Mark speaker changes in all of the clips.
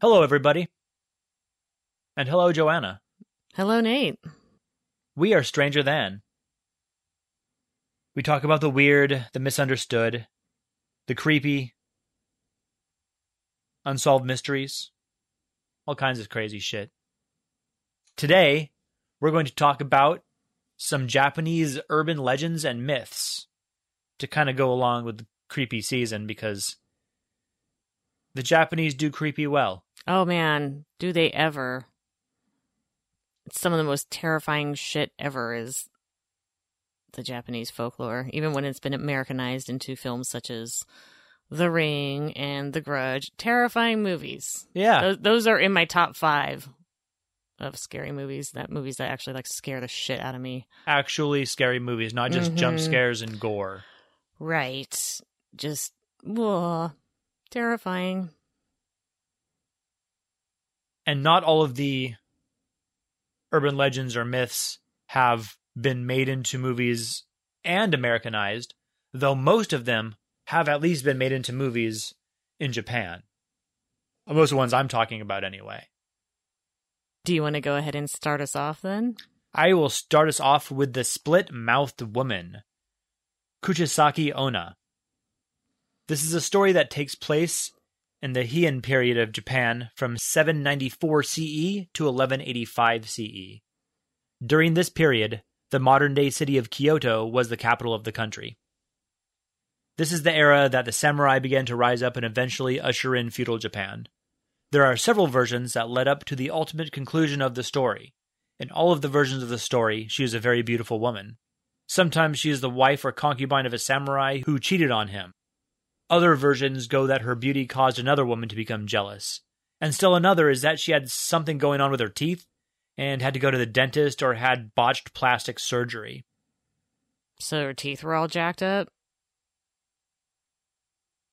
Speaker 1: Hello, everybody. And hello, Joanna.
Speaker 2: Hello, Nate.
Speaker 1: We are Stranger Than. We talk about the weird, the misunderstood, the creepy, unsolved mysteries, all kinds of crazy shit. Today, we're going to talk about some Japanese urban legends and myths to kind of go along with the creepy season because the Japanese do creepy well.
Speaker 2: Oh man, do they ever? It's Some of the most terrifying shit ever is the Japanese folklore, even when it's been Americanized into films such as The Ring and The Grudge. Terrifying movies.
Speaker 1: Yeah.
Speaker 2: Those, those are in my top five of scary movies. That movies that actually like scare the shit out of me.
Speaker 1: Actually scary movies, not just jump
Speaker 2: Mhm.
Speaker 1: scares and gore.
Speaker 2: Right. Just whoa, terrifying.
Speaker 1: and not all of the urban legends or myths have been made into movies and Americanized, though most of them have at least been made into movies in Japan. Most of the ones I'm talking about, anyway.
Speaker 2: Do you want to go ahead and start us off then?
Speaker 1: I will start us off with the split mouthed woman, Kuchisaki Onna. This is a story that takes place in the Heian period of Japan from 794 CE E to 1185 CE. E. During this period, the modern day city of Kyoto was the capital of the country. This is the era that the samurai began to rise up and eventually usher in feudal Japan. There are several versions that led up to the ultimate conclusion of the story. In all of the versions of the story, she is a very beautiful woman. Sometimes she is the wife or concubine of a samurai who cheated on him. Other versions go that her beauty caused another woman to become jealous. And still another is that she had something going on with her teeth and had to go to the dentist or had botched plastic surgery.
Speaker 2: So her teeth were all jacked up.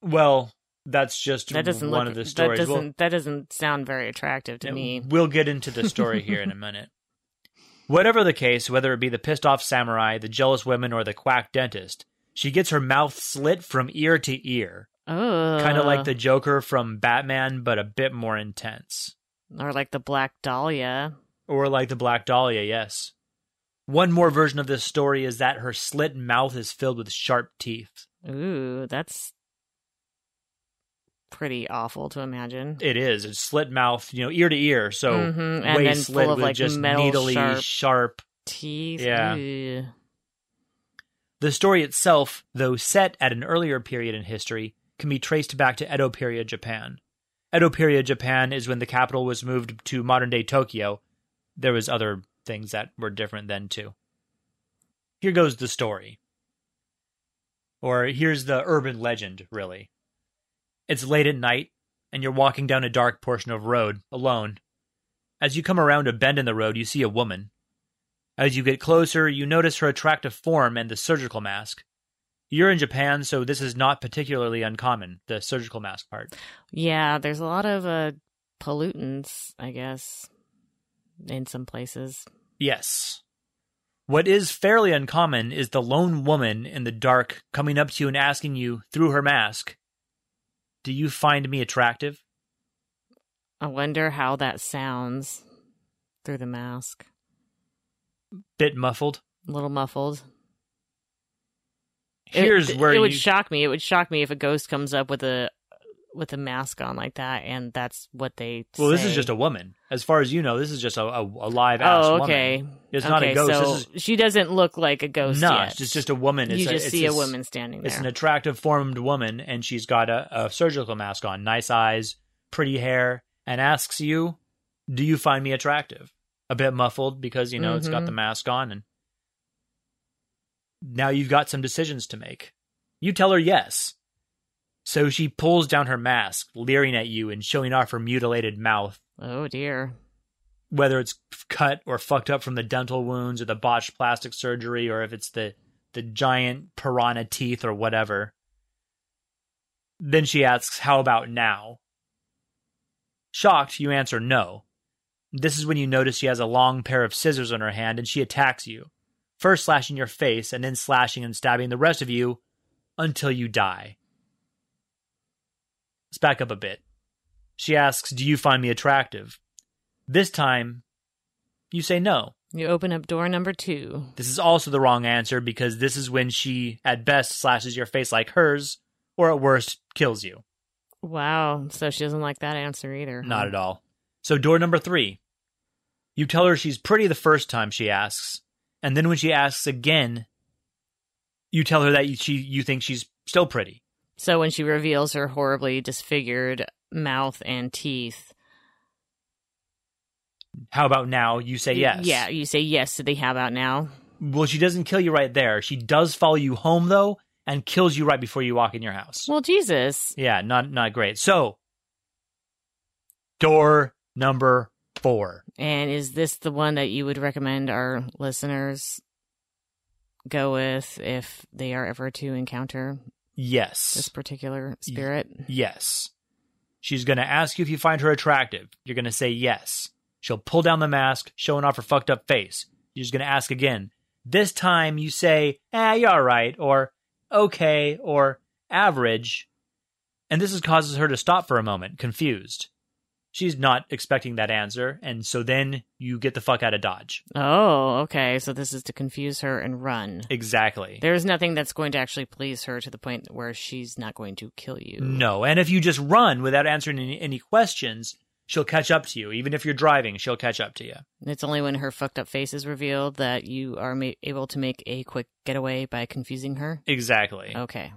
Speaker 1: Well, that's just
Speaker 2: That doesn't
Speaker 1: one
Speaker 2: look.
Speaker 1: of the stories.
Speaker 2: That
Speaker 1: We'll-
Speaker 2: doesn't. that doesn't sound very attractive to
Speaker 1: Yeah,
Speaker 2: me.
Speaker 1: We'll get into the story here in a minute. Whatever the case, whether it be the pissed off samurai, the jealous women, or the quack dentist, she gets her mouth slit from ear to ear,
Speaker 2: Oh,
Speaker 1: kind of like the Joker from Batman, but a bit more intense.
Speaker 2: or like the Black Dahlia.
Speaker 1: Or like the Black Dahlia, yes. One more version of this story is that her slit mouth is filled with sharp teeth.
Speaker 2: Ooh, that's pretty awful to imagine.
Speaker 1: It is. It's slit mouth, you know, ear to ear, so
Speaker 2: Mhm, and then
Speaker 1: waist
Speaker 2: full
Speaker 1: slit
Speaker 2: of
Speaker 1: with
Speaker 2: like
Speaker 1: just
Speaker 2: metal
Speaker 1: needly
Speaker 2: sharp
Speaker 1: sharp
Speaker 2: teeth.
Speaker 1: Yeah.
Speaker 2: Ooh.
Speaker 1: The story itself, though set at an earlier period in history, can be traced back to Edo period Japan. Edo period Japan is when the capital was moved to modern-day Tokyo. There was other things that were different then too. Here goes the story. Or here's the urban legend, really. It's late at night and you're walking down a dark portion of road alone. As you come around a bend in the road, you see a woman. As you get closer, you notice her attractive form and the surgical mask. You're in Japan, so this is not particularly uncommon, the surgical mask part.
Speaker 2: Yeah, there's a lot of uh, pollutants, I guess, in some places.
Speaker 1: Yes. What is fairly uncommon is the lone woman in the dark coming up to you and asking you through her mask, Do you find me attractive?
Speaker 2: I wonder how that sounds through the mask.
Speaker 1: Bit muffled.
Speaker 2: A little muffled. It-
Speaker 1: Here's
Speaker 2: it,
Speaker 1: where
Speaker 2: it
Speaker 1: you
Speaker 2: would shock me. It would shock me if a ghost comes up with a with a mask on like that, and that's what they.
Speaker 1: Well, this is
Speaker 2: say.
Speaker 1: just a woman. As far as you know, this is just a, a, a live ass
Speaker 2: Oh,
Speaker 1: woman.
Speaker 2: okay.
Speaker 1: It's not a
Speaker 2: Okay,
Speaker 1: ghost.
Speaker 2: So
Speaker 1: This
Speaker 2: she doesn't look like a ghost.
Speaker 1: is no,
Speaker 2: yet.
Speaker 1: it's just a woman. It's
Speaker 2: you
Speaker 1: a,
Speaker 2: just
Speaker 1: it's
Speaker 2: see a
Speaker 1: this-
Speaker 2: woman standing
Speaker 1: It's
Speaker 2: there.
Speaker 1: an attractive formed woman, and she's got a, a surgical mask on, nice eyes, pretty hair, and asks you, Do you find me attractive? A bit muffled because, you know, it's got
Speaker 2: Mhm.
Speaker 1: the mask on, and now you've got some decisions to make. You tell her yes. So she pulls down her mask, leering at you and showing off her mutilated mouth,
Speaker 2: oh dear.
Speaker 1: whether it's cut or fucked up from the dental wounds or the botched plastic surgery or if it's the the giant piranha teeth or whatever. Then she asks, "How about now?" Shocked, you answer no. This is when you notice she has a long pair of scissors in her hand and she attacks you. first slashing your face and then slashing and stabbing the rest of you until you die. Let's back up a bit. She asks, Do you find me attractive? This time, you say no.
Speaker 2: You open up door number two.
Speaker 1: This is also the wrong answer because this is when she, at best, slashes your face like hers, or at worst, kills you.
Speaker 2: Wow. So she doesn't like that answer either.
Speaker 1: Not at all. So, door number three. You tell her she's pretty the first time she asks, and then when she asks again, you tell her that you, she, you think she's still pretty.
Speaker 2: So when she reveals her horribly disfigured mouth and teeth,
Speaker 1: How about now? You say yes.
Speaker 2: Yeah, you say yes to the how about now.
Speaker 1: Well, she doesn't kill you right there. She does follow you home though, and kills you right before you walk in your house.
Speaker 2: Well, Jesus.
Speaker 1: Yeah, not not great. So, door number four.
Speaker 2: And is this the one that you would recommend our listeners go with if they are ever to encounter this
Speaker 1: Yes,
Speaker 2: particular spirit?
Speaker 1: yes. She's gonna ask you if you find her attractive. You're gonna say yes. She'll pull down the mask, showing off her fucked up face. She's gonna ask again. This time you say, "Ah, you're all right," or "Okay," or "Average," and this is causes her to stop for a moment, confused. She's not expecting that answer, and so then you get the fuck out of dodge.
Speaker 2: Oh, okay. So this is to confuse her and run.
Speaker 1: Exactly.
Speaker 2: There is nothing that's going to actually please her to the point where she's not going to kill you.
Speaker 1: No, and if you just run without answering any, any questions, she'll catch up to you. Even if you're driving, she'll catch up to you.
Speaker 2: It's only when her fucked up face is revealed that you are ma- able to make a quick getaway by confusing her.
Speaker 1: Exactly.
Speaker 2: Okay.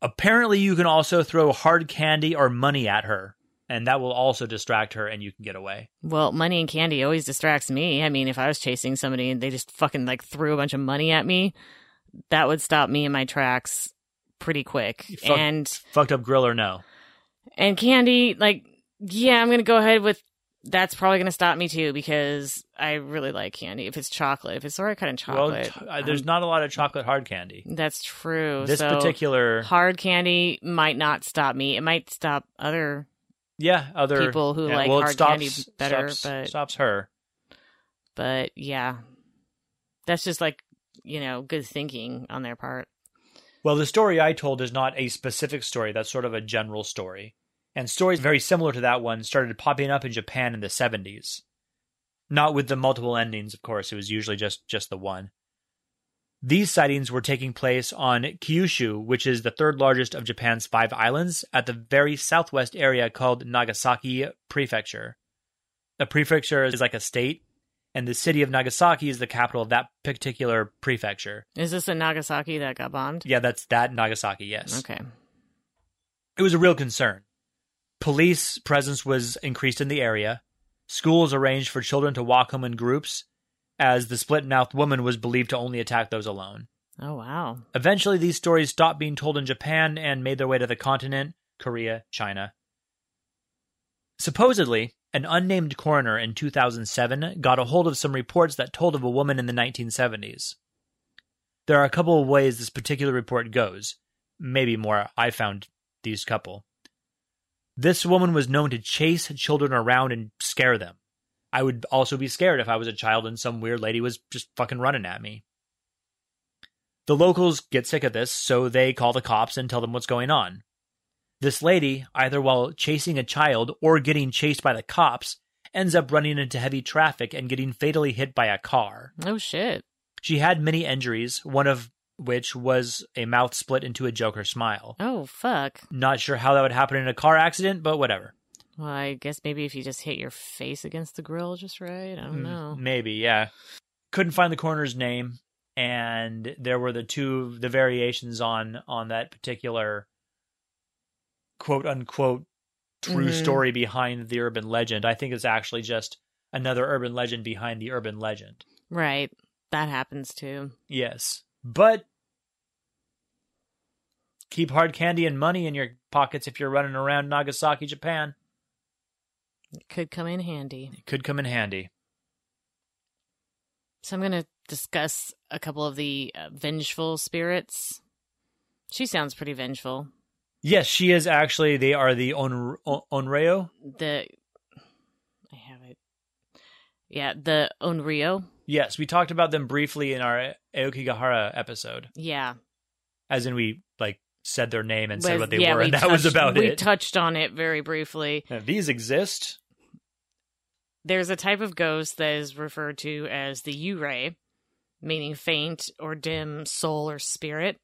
Speaker 1: Apparently, you can also throw hard candy or money at her, and that will also distract her, and you can get away.
Speaker 2: Well, money and candy always distracts me. I mean, if I was chasing somebody and they just fucking like threw a bunch of money at me, that would stop me in my tracks pretty quick.
Speaker 1: You fuck-
Speaker 2: And
Speaker 1: Fucked up grill or no?
Speaker 2: and candy, like, yeah, I'm gonna go ahead with that's probably gonna stop me too because I really like candy. If it's chocolate, if it's the right kind of
Speaker 1: Well,
Speaker 2: chocolate,
Speaker 1: t- uh, there's
Speaker 2: um,
Speaker 1: not a lot of chocolate hard candy.
Speaker 2: that's true.
Speaker 1: This
Speaker 2: so
Speaker 1: particular,
Speaker 2: hard candy might not stop me. It might stop other
Speaker 1: yeah, other
Speaker 2: people who
Speaker 1: yeah,
Speaker 2: like
Speaker 1: well, it
Speaker 2: hard
Speaker 1: stops,
Speaker 2: candy better,
Speaker 1: stops,
Speaker 2: but
Speaker 1: stops her.
Speaker 2: but yeah that's just like you know good thinking on their part
Speaker 1: Well, the story I told is not a specific story, that's sort of a general story. And stories very similar to that one started popping up in Japan in the 70s. Not with the multiple endings, of course, it was usually just, just the one. These sightings were taking place on Kyushu, which is the third largest of Japan's five islands, at the very southwest area called Nagasaki Prefecture. A prefecture is like a state, and the city of Nagasaki is the capital of that particular prefecture.
Speaker 2: is this in nagasaki that got bombed
Speaker 1: Yeah, that's that Nagasaki, yes
Speaker 2: okay
Speaker 1: it was a real concern. Police presence was increased in the area. Schools arranged for children to walk home in groups, as the split mouthed woman was believed to only attack those alone.
Speaker 2: oh wow
Speaker 1: Eventually, these stories stopped being told in Japan and made their way to the continent, Korea, China. Supposedly, an unnamed coroner in 2007 got a hold of some reports that told of a woman in the 1970s. There are a couple of ways this particular report goes, maybe more. I found these couple. This woman was known to chase children around and scare them. I would also be scared if I was a child and some weird lady was just fucking running at me. The locals get sick of this, so they call the cops and tell them what's going on. This lady, either while chasing a child or getting chased by the cops, ends up running into heavy traffic and getting fatally hit by a car.
Speaker 2: oh shit
Speaker 1: She had many injuries, one of which was a mouth split into a Joker smile.
Speaker 2: oh fuck
Speaker 1: Not sure how that would happen in a car accident, but whatever.
Speaker 2: well i guess maybe if you just hit your face against the grill just right i don't
Speaker 1: Mm,
Speaker 2: know
Speaker 1: Maybe, yeah. Couldn't find the coroner's name, and there were the two the variations on on that particular quote unquote true
Speaker 2: Mhm.
Speaker 1: story behind the urban legend. I think it's actually just another urban legend behind the urban legend.
Speaker 2: right that happens too
Speaker 1: Yes. But keep hard candy and money in your pockets if you're running around Nagasaki, Japan.
Speaker 2: it could come in handy
Speaker 1: It could come in handy.
Speaker 2: So I'm going to discuss a couple of the uh, vengeful spirits. She sounds pretty vengeful.
Speaker 1: Yes, she is actually they are the on, on, onryo
Speaker 2: The I have it. Yeah, the Onryo.
Speaker 1: Yes, we talked about them briefly in our Aokigahara episode,
Speaker 2: Yeah.
Speaker 1: as in we like said their name and said
Speaker 2: With-
Speaker 1: what they
Speaker 2: yeah,
Speaker 1: were,
Speaker 2: we
Speaker 1: and that was
Speaker 2: touched-
Speaker 1: about
Speaker 2: we
Speaker 1: it.
Speaker 2: touched on it very briefly.
Speaker 1: Now, these exist.
Speaker 2: There's a type of ghost that is referred to as the Ray, meaning faint or dim soul or spirit.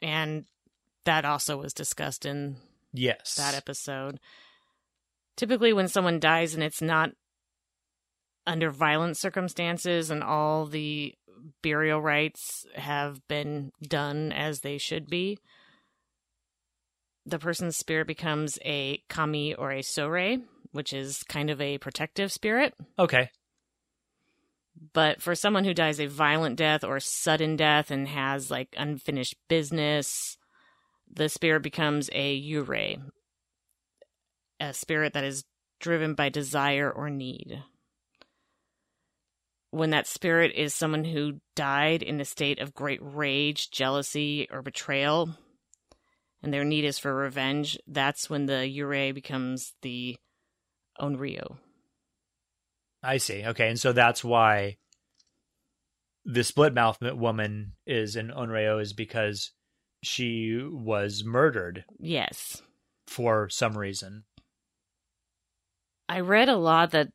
Speaker 2: And that also was discussed in
Speaker 1: Yes.
Speaker 2: that episode. Typically, when someone dies and it's not under violent circumstances and all the burial rites have been done as they should be, the person's spirit becomes a kami or a sore, which is kind of a protective spirit.
Speaker 1: okay.
Speaker 2: But for someone who dies a violent death or sudden death and has like unfinished business, the spirit becomes a yurei, a spirit that is driven by desire or need. When that spirit is someone who died in a state of great rage, jealousy, or betrayal, and their need is for revenge, that's when the yurei becomes the onryo.
Speaker 1: I see. Okay, and so that's why the split mouth woman is in Onryo is because she was murdered
Speaker 2: Yes.
Speaker 1: for some reason.
Speaker 2: I read a lot that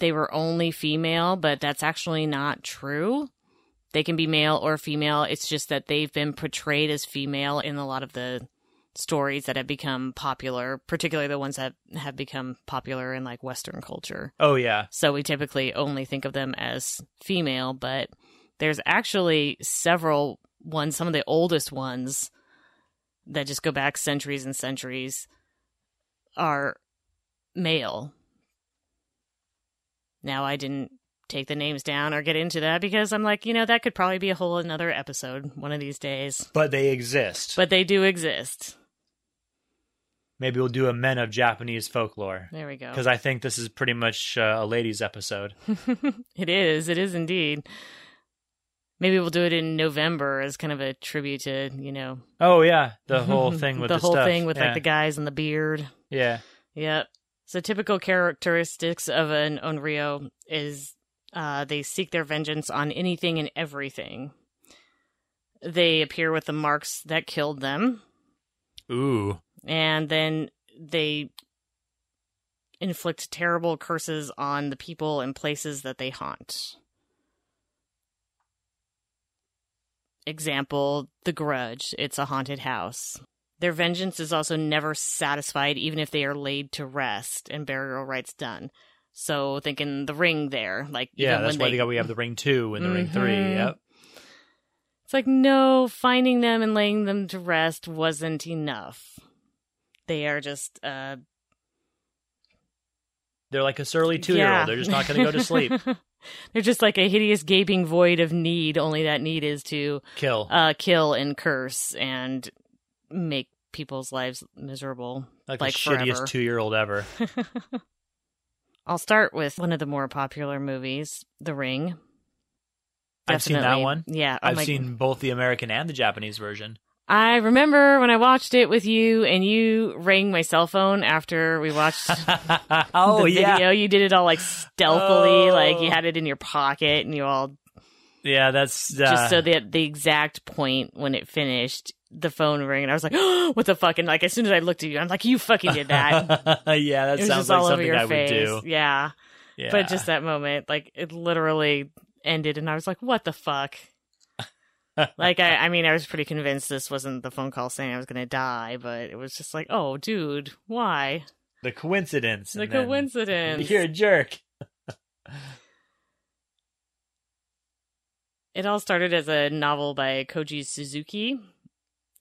Speaker 2: they were only female, but that's actually not true. They can be male or female. It's just that they've been portrayed as female in a lot of the stories that have become popular, particularly the ones that have become popular in like Western culture.
Speaker 1: Oh yeah.
Speaker 2: So we typically only think of them as female, but there's actually several ones, some of the oldest ones that just go back centuries and centuries are male. Now I didn't take the names down or get into that because I'm like, you know, that could probably be a whole another episode one of these days.
Speaker 1: But they exist.
Speaker 2: But they do exist.
Speaker 1: Maybe we'll do a men of Japanese folklore
Speaker 2: There we go.
Speaker 1: because I think this is pretty much uh, a ladies episode.
Speaker 2: it is. It is indeed. Maybe we'll do it in November as kind of a tribute to you know
Speaker 1: Oh yeah, the whole thing with
Speaker 2: the,
Speaker 1: the,
Speaker 2: whole
Speaker 1: stuff.
Speaker 2: thing with
Speaker 1: yeah.
Speaker 2: like the guys and the beard.
Speaker 1: yeah.
Speaker 2: Yep. So typical characteristics of an onryo is uh, they seek their vengeance on anything and everything. They appear with the marks that killed them,
Speaker 1: Ooh.
Speaker 2: and then they inflict terrible curses on the people and places that they haunt. Example, The Grudge. It's a haunted house. Their vengeance is also never satisfied, even if they are laid to rest and burial rites done. So, thinking the ring there, like
Speaker 1: Yeah,
Speaker 2: even
Speaker 1: that's
Speaker 2: when
Speaker 1: why
Speaker 2: they
Speaker 1: they got we have the ring two and the ring three.
Speaker 2: Mhm.
Speaker 1: Yep.
Speaker 2: It's like, no, finding them and laying them to rest wasn't enough. They are just, uh,
Speaker 1: They're like a surly two year
Speaker 2: yeah.
Speaker 1: old. They're just not going to go to sleep.
Speaker 2: They're just like a hideous gaping void of need, only that need is to
Speaker 1: Kill.
Speaker 2: uh, kill and curse and make people's lives miserable.
Speaker 1: like,
Speaker 2: like
Speaker 1: the
Speaker 2: forever.
Speaker 1: shittiest two year old ever.
Speaker 2: I'll start with one of the more popular movies, The Ring.
Speaker 1: I've seen that
Speaker 2: Definitely.
Speaker 1: one.
Speaker 2: Yeah. oh
Speaker 1: I've
Speaker 2: my-
Speaker 1: seen both the American and the Japanese version.
Speaker 2: I remember when I watched it with you and you rang my cell phone after we watched
Speaker 1: oh
Speaker 2: the
Speaker 1: yeah,
Speaker 2: video. You did it all like stealthily,
Speaker 1: Oh.
Speaker 2: like you had it in your pocket and you all
Speaker 1: yeah. That's uh,
Speaker 2: just so that the exact point when it finished, the phone rang and I was like, what the fuck? And like as soon as I looked at you, I'm like, you fucking did that.
Speaker 1: yeah, that
Speaker 2: it was
Speaker 1: sounds
Speaker 2: just
Speaker 1: like
Speaker 2: all over
Speaker 1: something
Speaker 2: your
Speaker 1: I
Speaker 2: face.
Speaker 1: would do.
Speaker 2: Yeah.
Speaker 1: Yeah.
Speaker 2: But just that moment, like it literally ended and I was like, what the fuck? like I, I mean, I was pretty convinced this wasn't the phone call saying I was gonna die, but it was just like, oh, dude, why?
Speaker 1: the coincidence.
Speaker 2: The
Speaker 1: and then
Speaker 2: coincidence.
Speaker 1: You're a jerk.
Speaker 2: It all started as a novel by Koji Suzuki,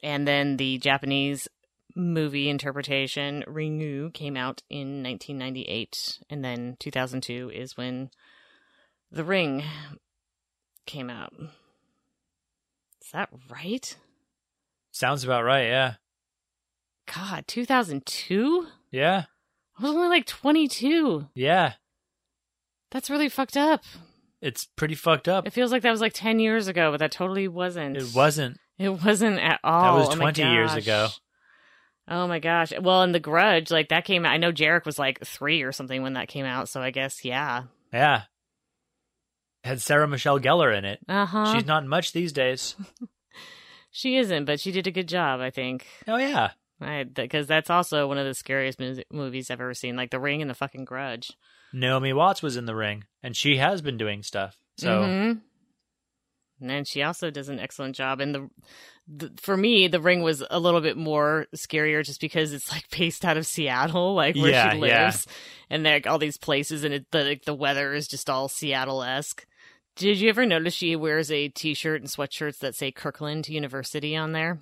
Speaker 2: and then the Japanese movie interpretation Ringu came out in 1998, and then 2002 is when The Ring came out. Is that right?
Speaker 1: Sounds about right. Yeah.
Speaker 2: God, 2002?
Speaker 1: Yeah.
Speaker 2: I was only like 22.
Speaker 1: Yeah.
Speaker 2: That's really fucked up.
Speaker 1: It's pretty fucked up.
Speaker 2: It feels like that was like 10 years ago, but that totally wasn't.
Speaker 1: it wasn't.
Speaker 2: It wasn't at all.
Speaker 1: was
Speaker 2: Oh my
Speaker 1: 20 years
Speaker 2: gosh.
Speaker 1: ago.
Speaker 2: Oh my gosh. Well, and The Grudge, like that came out. I know Jarek was like three or something when that came out. So I guess, yeah.
Speaker 1: Yeah. had Sarah Michelle Gellar in it.
Speaker 2: Uh huh.
Speaker 1: She's not in much these days.
Speaker 2: She isn't, but she did a good job, I think.
Speaker 1: Oh yeah,
Speaker 2: I because that's also one of the scariest mus- movies I've ever seen, like The Ring and The fucking Grudge.
Speaker 1: Naomi Watts was in The Ring, and she has been doing stuff. So
Speaker 2: Mhm. And then she also does an excellent job. And the, the for me, the ring was a little bit more scarier just because it's like based out of Seattle, like where
Speaker 1: Yeah,
Speaker 2: she
Speaker 1: yeah.
Speaker 2: lives, and like all these places, and it, the like, the weather is just all Seattle esque. Did you ever notice she wears a t shirt and sweatshirts that say Kirkland University on there?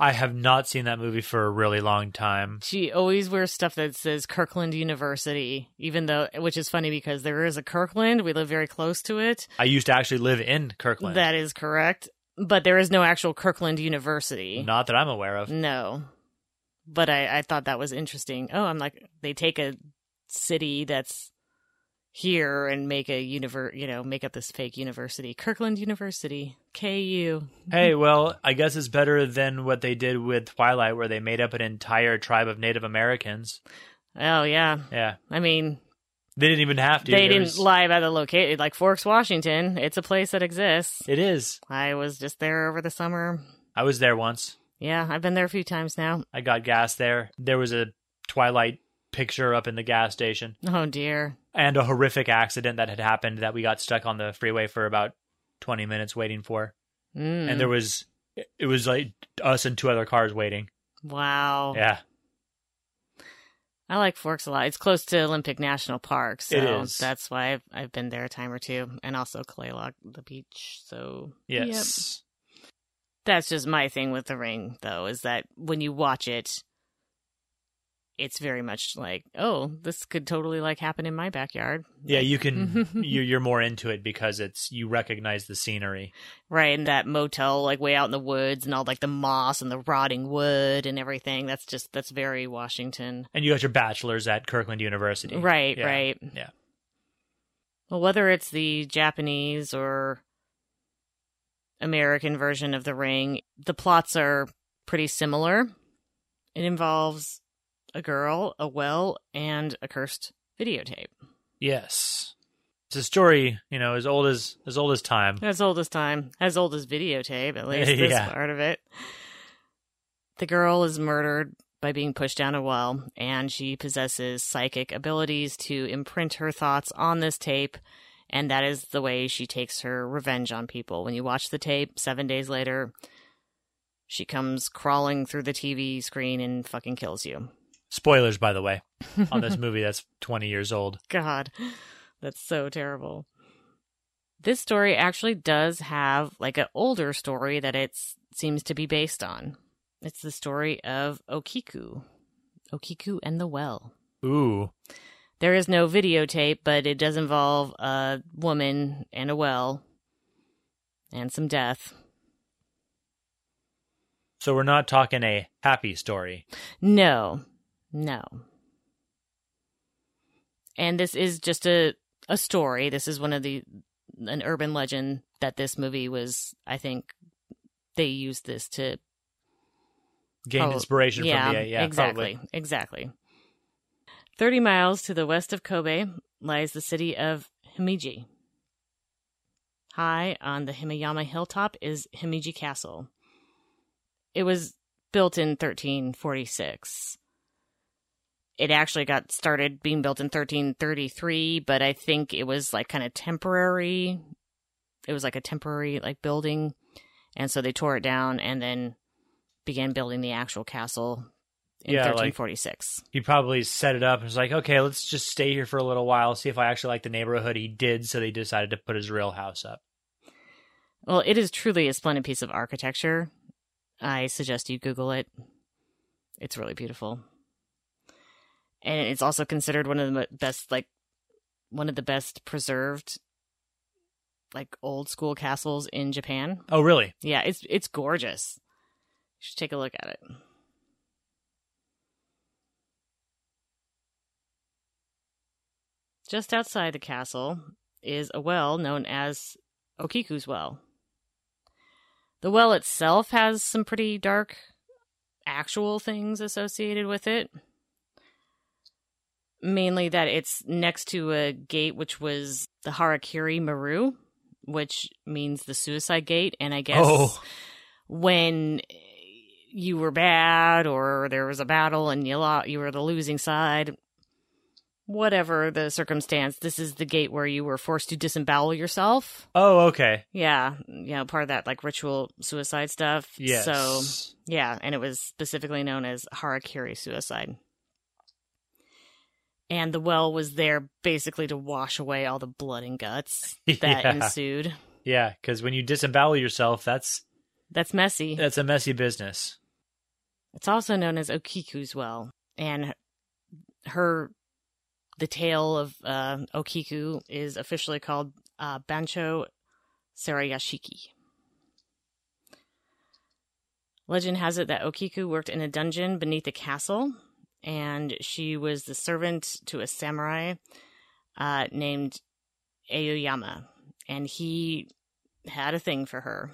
Speaker 1: I have not seen that movie for a really long time.
Speaker 2: She always wears stuff that says Kirkland University, even though, which is funny because there is a Kirkland. We live very close to it.
Speaker 1: I used to actually live in Kirkland.
Speaker 2: That is correct. But there is no actual Kirkland University.
Speaker 1: not that I'm aware of.
Speaker 2: No. But I, I thought that was interesting. Oh, I'm like, they take a city that's here and make a univer, you know, make up this fake university. Kirkland University, KU.
Speaker 1: Hey, well, I guess it's better than what they did with Twilight, where they made up an entire tribe of Native Americans.
Speaker 2: Oh, yeah.
Speaker 1: Yeah,
Speaker 2: I mean,
Speaker 1: they didn't even have to.
Speaker 2: they
Speaker 1: There
Speaker 2: didn't
Speaker 1: was-
Speaker 2: lie about the location. Like Forks, Washington, it's a place that exists.
Speaker 1: It is.
Speaker 2: I was just there over the summer.
Speaker 1: I was there once.
Speaker 2: Yeah, I've been there a few times now.
Speaker 1: I got gas there. There was a Twilight picture up in the gas station.
Speaker 2: Oh, dear.
Speaker 1: and a horrific accident that had happened that we got stuck on the freeway for about 20 minutes waiting for
Speaker 2: Mm.
Speaker 1: and there was it was like us and two other cars waiting
Speaker 2: wow.
Speaker 1: yeah
Speaker 2: I like Forks a lot. It's close to Olympic National Park, so
Speaker 1: It is.
Speaker 2: that's why I've, I've been there a time or two, and also Claylock, the beach. So Yep.
Speaker 1: yes
Speaker 2: that's just my thing with the ring, though, is that when you watch it, it's very much like, oh, this could totally like happen in my backyard,
Speaker 1: yeah you can you, you're more into it because it's you recognize the scenery
Speaker 2: right? And that motel, like way out in the woods, and all like the moss and the rotting wood and everything. That's just that's very Washington,
Speaker 1: and you got your bachelor's at kirkland university
Speaker 2: right?
Speaker 1: Yeah.
Speaker 2: Right.
Speaker 1: yeah
Speaker 2: Well, whether it's the Japanese or American version of The Ring, the plots are pretty similar. It involves a girl, a well, and a cursed videotape.
Speaker 1: yes it's a story you know as old as as old as time
Speaker 2: As old as time, as old as videotape, at least this
Speaker 1: Yeah.
Speaker 2: part of it. The girl is murdered by being pushed down a well, and she possesses psychic abilities to imprint her thoughts on this tape, and that is the way she takes her revenge on people. When you watch the tape seven days later, she comes crawling through the TV screen and fucking kills you.
Speaker 1: spoilers by the way on this movie that's 20 years old
Speaker 2: God, that's so terrible. This story actually does have like an older story that it seems to be based on. It's the story of Okiku, Okiku and the well.
Speaker 1: ooh
Speaker 2: There is no videotape, but it does involve a woman and a well and some death.
Speaker 1: so we're not talking a happy story
Speaker 2: No, no. And this is just a a story. This is one of the an urban legend that this movie was. I think they used this to
Speaker 1: gained
Speaker 2: Oh,
Speaker 1: inspiration from the yeah
Speaker 2: exactly
Speaker 1: probably.
Speaker 2: exactly. Thirty miles to the west of Kobe lies the city of Himeji. High on the Himayama hilltop is Himeji Castle. It was built in 1346. It actually got started being built in 1333, but I think it was like kind of temporary. It was like a temporary like building, and so they tore it down and then began building the actual castle in
Speaker 1: Yeah, like-
Speaker 2: 1346.
Speaker 1: he probably set it up and was like, okay, let's just stay here for a little while, see if I actually like the neighborhood. He did, so they decided to put his real house up.
Speaker 2: Well, it is truly a splendid piece of architecture. I suggest you Google it. It's really beautiful. And it's also considered one of the mo- best, like, one of the best preserved, like, old school castles in Japan.
Speaker 1: Oh, really?
Speaker 2: Yeah, it's it's gorgeous. You should take a look at it. Just outside the castle is a well known as Okiku's Well. The well itself has some pretty dark actual things associated with it. mainly that it's next to a gate which was the Harakiri Maru, which means the suicide gate. And I guess
Speaker 1: Oh.
Speaker 2: when eh, you were bad or there was a battle and you lo- you were the losing side, whatever the circumstance, this is the gate where you were forced to disembowel yourself.
Speaker 1: Oh, okay.
Speaker 2: Yeah, you know, part of that like ritual suicide stuff.
Speaker 1: Yes.
Speaker 2: So yeah, and it was specifically known as Harakiri suicide. And the well was there basically to wash away all the blood and guts that
Speaker 1: yeah.
Speaker 2: ensued.
Speaker 1: Yeah, because when you disembowel yourself, that's
Speaker 2: That's messy.
Speaker 1: that's a messy business.
Speaker 2: It's also known as Okiku's well, and her the tale of uh, Okiku is officially called uh, Bancho Sarayashiki. Legend has it that Okiku worked in a dungeon beneath a castle, and she was the servant to a samurai uh, named Aoyama, and he had a thing for her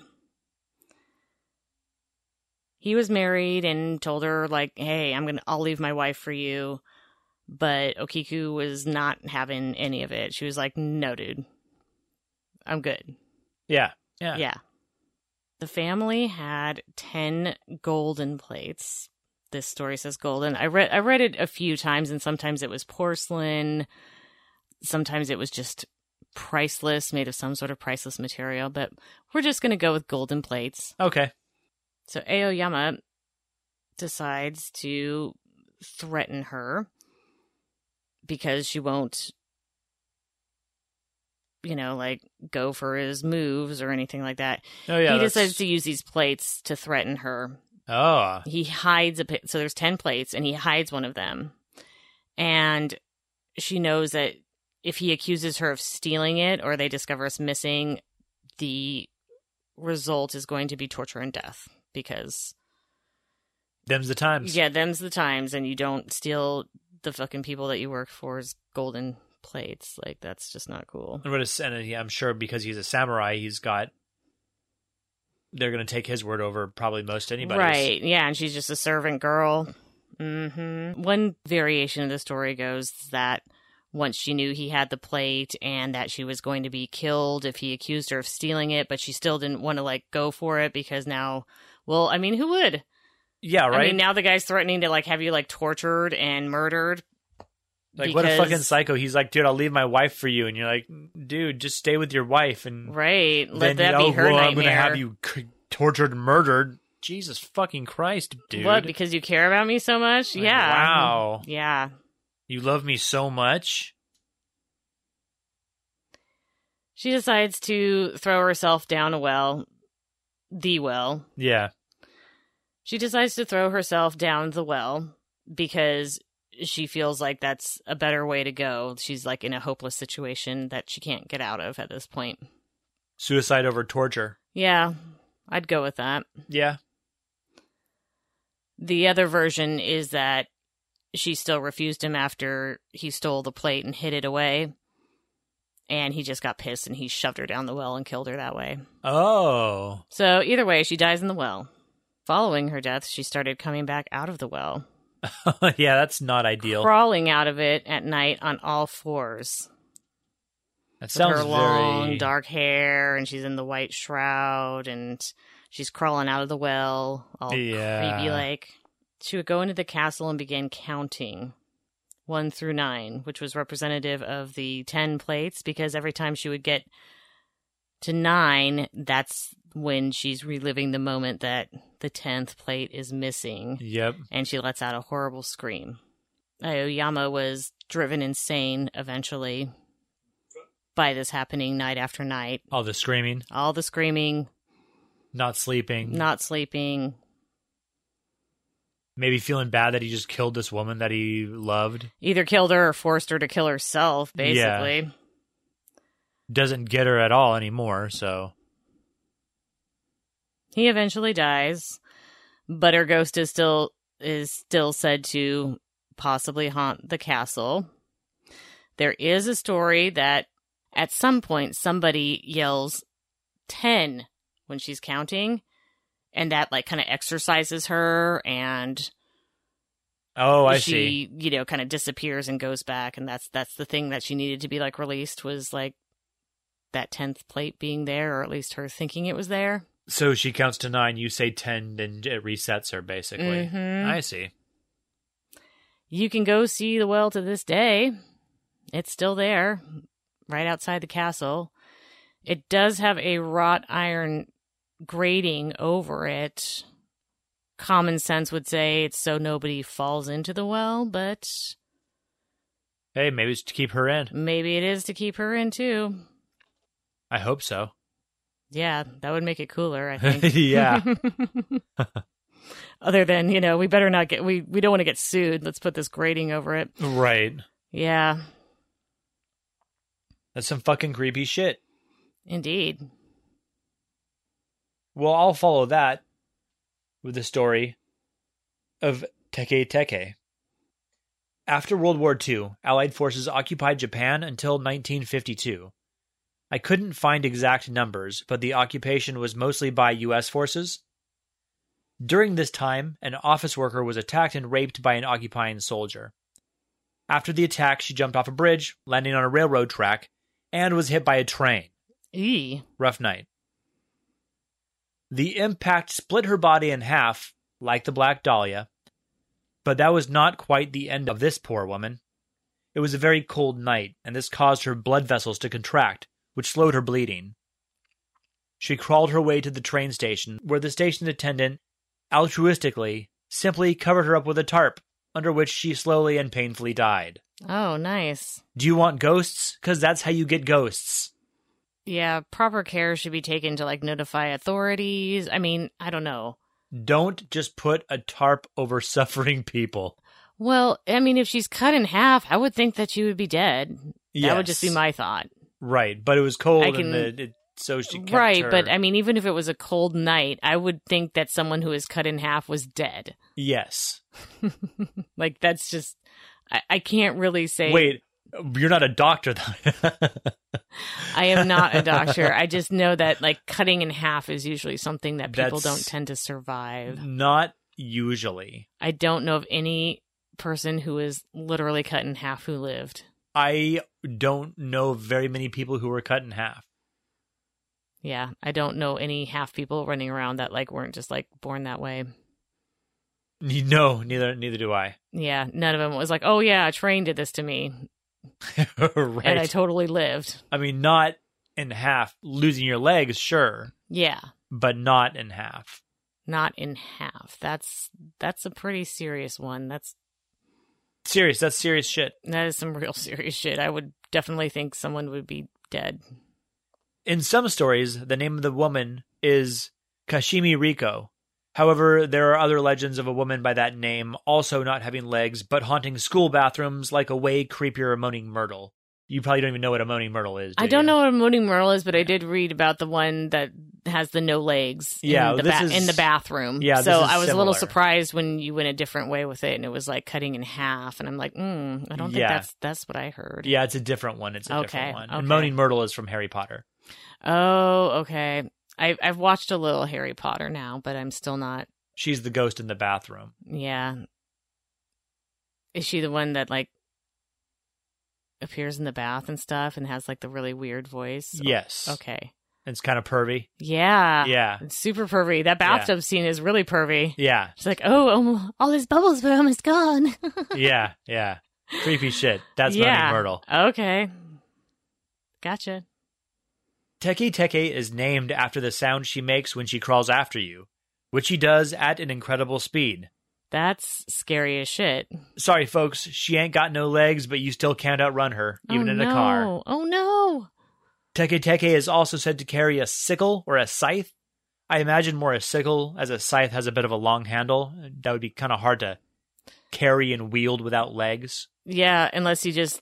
Speaker 2: he was married and told her like hey i'm gonna i'll leave my wife for you but okiku was not having any of it she was like no dude i'm good
Speaker 1: Yeah.
Speaker 2: yeah,
Speaker 1: Yeah.
Speaker 2: the family had 10 golden plates this story says golden i read i read it a few times and sometimes it was porcelain sometimes it was just priceless made of some sort of priceless material but we're just gonna go with golden plates
Speaker 1: Okay.
Speaker 2: so Aoyama decides to threaten her because she won't, you know, like go for his moves or anything like that.
Speaker 1: Oh yeah.
Speaker 2: he
Speaker 1: that's-
Speaker 2: decides to use these plates to threaten her.
Speaker 1: Oh.
Speaker 2: He hides a pit. So there's 10 plates and he hides one of them. And she knows that if he accuses her of stealing it or they discover it's missing, the result is going to be torture and death because
Speaker 1: Them's the times.
Speaker 2: yeah, them's the times, and you don't steal the fucking people that you work for's golden plates. Like that's just not cool.
Speaker 1: And what is- and he- I'm sure because he's a samurai, he's got. They're going to take his word over probably most anybody's.
Speaker 2: Right? Yeah, and she's just a servant girl. hmm One variation of the story goes that once she knew he had the plate and that she was going to be killed if he accused her of stealing it, but she still didn't want to like go for it because now, well, I mean, who would?
Speaker 1: Yeah. Right.
Speaker 2: I mean, now the guy's threatening to like have you like tortured and murdered.
Speaker 1: like what a fucking
Speaker 2: because-
Speaker 1: psycho. He's like, dude, I'll leave my wife for you, and you're like, dude, just stay with your wife and
Speaker 2: Right? Let
Speaker 1: Mm. then
Speaker 2: that
Speaker 1: oh,
Speaker 2: be her
Speaker 1: well,
Speaker 2: nightmare.
Speaker 1: I'm going to have you c- tortured, and murdered. Jesus fucking Christ, dude.
Speaker 2: What? Because you care about me so much?
Speaker 1: Like,
Speaker 2: yeah.
Speaker 1: Wow.
Speaker 2: Yeah.
Speaker 1: You love me so much.
Speaker 2: She decides to throw herself down a well, the well.
Speaker 1: Yeah.
Speaker 2: She decides to throw herself down the well because she feels like that's a better way to go. She's like in a hopeless situation that she can't get out of at this point.
Speaker 1: Suicide over torture.
Speaker 2: Yeah. I'd go with that.
Speaker 1: Yeah.
Speaker 2: The other version is that she still refused him after he stole the plate and hid it away. And he just got pissed and he shoved her down the well and killed her that way.
Speaker 1: Oh.
Speaker 2: So either way, she dies in the well. Following her death, she started coming back out of the well,
Speaker 1: yeah, that's not ideal.
Speaker 2: crawling out of it at night on all fours.
Speaker 1: That
Speaker 2: With
Speaker 1: sounds
Speaker 2: her long
Speaker 1: very
Speaker 2: dark hair, and she's in the white shroud, and she's crawling out of the well, all
Speaker 1: Yeah.
Speaker 2: creepy like. She would go into the castle and begin counting one through nine, which was representative of the ten plates, because every time she would get to nine, that's when she's reliving the moment that the tenth plate is missing
Speaker 1: Yep.
Speaker 2: and she lets out a horrible scream. Aoyama was driven insane eventually by this happening night after night.
Speaker 1: All the screaming,
Speaker 2: All the screaming,
Speaker 1: not sleeping,
Speaker 2: not sleeping.
Speaker 1: maybe feeling bad that he just killed this woman that he loved.
Speaker 2: Either killed her or forced her to kill herself, basically.
Speaker 1: Doesn't get her at all anymore, so
Speaker 2: He eventually dies, but her ghost is still is still said to possibly haunt the castle. There is a story that at some point somebody yells 10 when she's counting and that like kind of exercises her and
Speaker 1: Oh, I
Speaker 2: she,
Speaker 1: see.
Speaker 2: you know, kind of disappears and goes back, and that's that's the thing that she needed to be like released was like that tenth plate being there, or at least her thinking it was there.
Speaker 1: So she counts to nine. You say ten, then it resets her basically.
Speaker 2: Mhm.
Speaker 1: I see.
Speaker 2: You can go see the well to this day. It's still there, right outside the castle. It does have a wrought iron grating over it. Common sense would say it's so nobody falls into the well, but
Speaker 1: Hey, maybe it's to keep her in.
Speaker 2: maybe it is to keep her in too.
Speaker 1: I hope so.
Speaker 2: Yeah, that would make it cooler, I think.
Speaker 1: yeah.
Speaker 2: Other than, you know, we better not get we we don't want to get sued. Let's put this grating over it.
Speaker 1: Right.
Speaker 2: Yeah,
Speaker 1: That's some fucking creepy shit.
Speaker 2: indeed.
Speaker 1: Well, I'll follow that with the story of Teke Teke. After World War II, Allied forces occupied Japan until 1952. I couldn't find exact numbers, but the occupation was mostly by U.S. forces. During this time, an office worker was attacked and raped by an occupying soldier. After the attack, she jumped off a bridge, landing on a railroad track, and was hit by a train.
Speaker 2: E.
Speaker 1: Rough night. The impact split her body in half, like the Black Dahlia, but that was not quite the end of this poor woman. It was a very cold night, and this caused her blood vessels to contract, which slowed her bleeding. She crawled her way to the train station, where the station attendant, altruistically, simply covered her up with a tarp, under which she slowly and painfully died.
Speaker 2: Oh, nice.
Speaker 1: Do you want ghosts? 'Cause that's how you get ghosts.
Speaker 2: Yeah, proper care should be taken to like notify authorities. I mean, I don't know.
Speaker 1: don't just put a tarp over suffering people.
Speaker 2: Well, I mean, if she's cut in half, I would think that she would be dead. That would just be
Speaker 1: Yes.
Speaker 2: my thought.
Speaker 1: right. But it was cold,
Speaker 2: I
Speaker 1: and
Speaker 2: can-
Speaker 1: the, it, so she kept
Speaker 2: Right,
Speaker 1: her-
Speaker 2: but I mean, even if it was a cold night, I would think that someone who is cut in half was dead.
Speaker 1: yes.
Speaker 2: Like, that's just, I, I can't really say.
Speaker 1: Wait, you're not a doctor, though.
Speaker 2: I am not a doctor. I just know that, like, cutting in half is usually something that people
Speaker 1: That's-
Speaker 2: don't tend to survive.
Speaker 1: not usually.
Speaker 2: I don't know of any person who is literally cut in half who lived.
Speaker 1: I don't know very many people who were cut in half.
Speaker 2: Yeah, I don't know any half people running around that like weren't just like born that way.
Speaker 1: Ne- No, neither neither do I.
Speaker 2: Yeah, none of them was like, "Oh yeah, a train did this to me, and
Speaker 1: right.
Speaker 2: I
Speaker 1: I
Speaker 2: totally lived."
Speaker 1: mean, not in half. Losing your legs, sure,
Speaker 2: Yeah,
Speaker 1: but not in half.
Speaker 2: not in half. That's that's a pretty serious one. That's
Speaker 1: Serious. That's serious shit.
Speaker 2: that is some real serious shit. I would definitely think someone would be dead.
Speaker 1: In some stories, the name of the woman is Kashimi Riko. However, there are other legends of a woman by that name also not having legs but haunting school bathrooms like a way creepier moaning myrtle. You probably don't even know what a moaning myrtle is. do
Speaker 2: I don't
Speaker 1: you?
Speaker 2: know what a moaning myrtle is, but I did read about the one that has the no legs.
Speaker 1: Yeah,
Speaker 2: in the,
Speaker 1: this
Speaker 2: ba-
Speaker 1: is-
Speaker 2: in the bathroom.
Speaker 1: Yeah, this
Speaker 2: so
Speaker 1: is
Speaker 2: I was a little
Speaker 1: similar.
Speaker 2: surprised when you went a different way with it, and it was like cutting in half. And I'm like, mm, I don't think
Speaker 1: Yeah.
Speaker 2: that's that's what I heard.
Speaker 1: Yeah, it's a different one. It's a
Speaker 2: Okay,
Speaker 1: different one. And
Speaker 2: okay.
Speaker 1: moaning myrtle is from Harry Potter.
Speaker 2: Oh, okay. I, I've watched a little Harry Potter now, but I'm still not.
Speaker 1: She's the ghost in the bathroom.
Speaker 2: Yeah. Is she the one that like appears in the bath and stuff and has like the really weird voice?
Speaker 1: yes.
Speaker 2: Okay. Ah.
Speaker 1: It's kind of pervy.
Speaker 2: Yeah.
Speaker 1: yeah.
Speaker 2: It's super pervy. That bathtub scene is really pervy.
Speaker 1: Yeah.
Speaker 2: She's like, oh, almo- all his bubbles were almost gone.
Speaker 1: Yeah. Yeah. Creepy shit. That's
Speaker 2: Yeah.
Speaker 1: moaning myrtle.
Speaker 2: okay. Gotcha.
Speaker 1: Teke Teke is named after the sound she makes when she crawls after you, which she does at an incredible speed.
Speaker 2: That's scary as shit.
Speaker 1: Sorry, folks, she ain't got no legs, but you still can't outrun her, even
Speaker 2: oh,
Speaker 1: in
Speaker 2: no.
Speaker 1: a car.
Speaker 2: Oh, no.
Speaker 1: Teke Teke is also said to carry a sickle or a scythe. I imagine more a sickle, as a scythe has a bit of a long handle. That would be kind of hard to carry and wield without legs.
Speaker 2: Yeah, unless you just,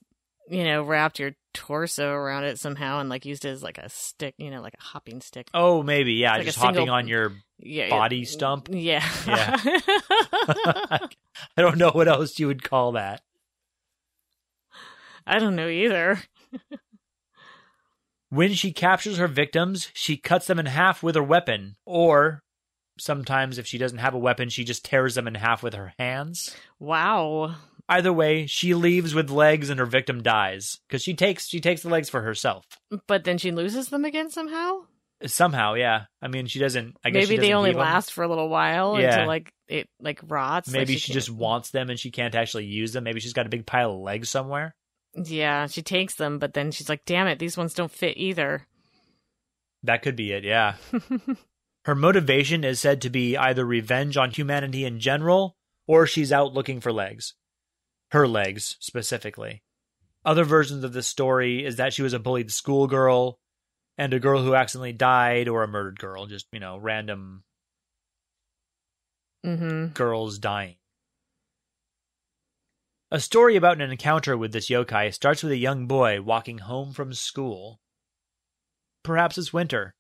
Speaker 2: you know, wrapped your torso around it somehow and like used it as like a stick, you know, like a hopping stick.
Speaker 1: Oh, maybe, yeah,
Speaker 2: It's like a
Speaker 1: just hopping
Speaker 2: single-
Speaker 1: on your.
Speaker 2: yeah,
Speaker 1: body stump?
Speaker 2: Yeah.
Speaker 1: Yeah. I don't know what else you would call that.
Speaker 2: I don't know either.
Speaker 1: When she captures her victims, she cuts them in half with her weapon, or sometimes if she doesn't have a weapon, she just tears them in half with her hands.
Speaker 2: Wow.
Speaker 1: Either way, she leaves with legs and her victim dies because she takes she takes the legs for herself.
Speaker 2: But then she loses them again somehow?
Speaker 1: Somehow, yeah. I mean, she doesn't. I guess she
Speaker 2: Maybe they
Speaker 1: doesn't
Speaker 2: only
Speaker 1: leave 'em.
Speaker 2: last for a little while
Speaker 1: Yeah.
Speaker 2: until like it like rots. like,
Speaker 1: Maybe she
Speaker 2: can't-
Speaker 1: just wants them and she can't actually use them. Maybe she's got a big pile of legs somewhere.
Speaker 2: Yeah, she takes them, but then she's like, damn it, these ones don't fit either.
Speaker 1: That could be it, yeah. Her motivation is said to be either revenge on humanity in general or she's out looking for legs. Her legs, specifically. Other versions of this story is that she was a bullied schoolgirl and a girl who accidentally died or a murdered girl, just, you know, random
Speaker 2: hmm
Speaker 1: girls dying. A story about an encounter with this yokai starts with a young boy walking home from school. Perhaps it's winter.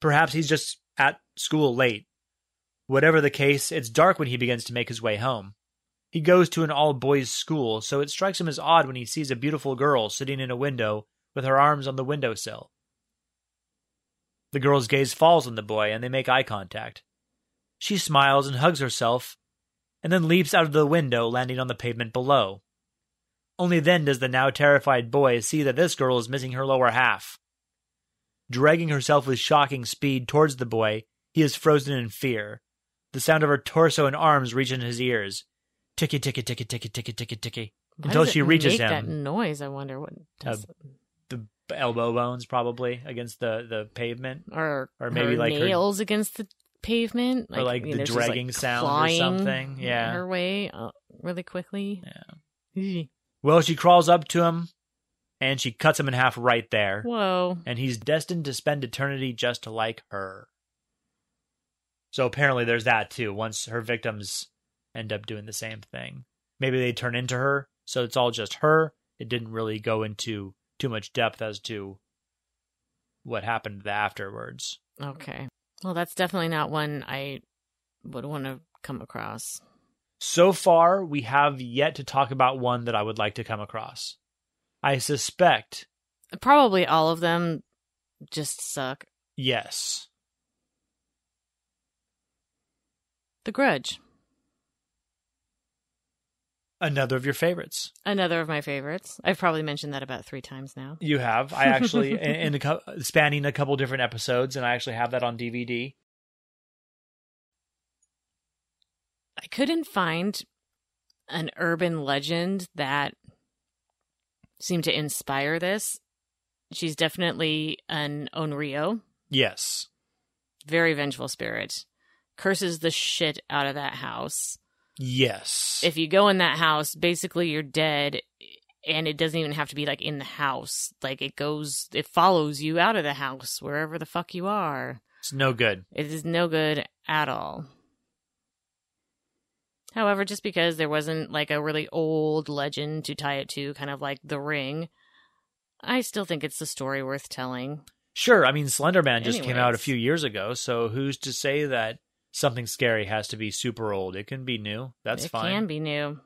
Speaker 1: Perhaps he's just at school late. Whatever the case, it's dark when he begins to make his way home. He goes to an all boys school, so it strikes him as odd when he sees a beautiful girl sitting in a window with her arms on the windowsill. The girl's gaze falls on the boy and they make eye contact. She smiles and hugs herself, and then leaps out of the window, landing on the pavement below. Only then does the now terrified boy see that this girl is missing her lower half. Dragging herself with shocking speed towards the boy, he is frozen in fear. The sound of her torso and arms reaches his ears. Ticky, ticky, ticky, ticky, ticky, ticky, ticky. Until she reaches Uh,
Speaker 2: make
Speaker 1: him.
Speaker 2: That noise, I wonder what, does it-
Speaker 1: The elbow bones, probably, against the, the pavement.
Speaker 2: or
Speaker 1: or maybe,
Speaker 2: her
Speaker 1: like, her-
Speaker 2: nails against the pavement,
Speaker 1: Or, like,
Speaker 2: you
Speaker 1: the
Speaker 2: know, she's, like,
Speaker 1: dragging sound or
Speaker 2: clawing
Speaker 1: something, yeah.
Speaker 2: her way uh, really quickly. Yeah.
Speaker 1: Well, she crawls up to him, and she cuts him in half right there.
Speaker 2: Whoa.
Speaker 1: and he's destined to spend eternity just like her. So apparently, there's that too. Once her victims end up doing the same thing, maybe they turn into her. So it's all just her. It didn't really go into too much depth as to what happened afterwards.
Speaker 2: Okay. Well, that's definitely not one I would want to come across.
Speaker 1: So far, we have yet to talk about one that I would like to come across. I suspect,
Speaker 2: Probably all of them just suck.
Speaker 1: yes.
Speaker 2: The Grudge,
Speaker 1: Another of your favorites.
Speaker 2: another of my favorites. I've probably mentioned that about three times now.
Speaker 1: You have. I actually in, in a cou- spanning a couple different episodes, and I actually have that on DVD.
Speaker 2: I couldn't find an urban legend that seemed to inspire this. She's definitely an Onryo,
Speaker 1: Yes,
Speaker 2: very vengeful spirit, curses the shit out of that house.
Speaker 1: yes,
Speaker 2: if you go in that house, basically you're dead and it doesn't even have to be like in the house. Like it goes it follows you out of the house wherever the fuck you are.
Speaker 1: it's no good.
Speaker 2: It is no good at all. However, just because there wasn't like a really old legend to tie it to, kind of like the ring, I still think it's a story worth telling.
Speaker 1: Sure, I mean Slender Man just came out a
Speaker 2: Anyways.
Speaker 1: few years ago, so who's to say that something scary has to be super old? It can be new. That's
Speaker 2: it
Speaker 1: fine.
Speaker 2: can be new.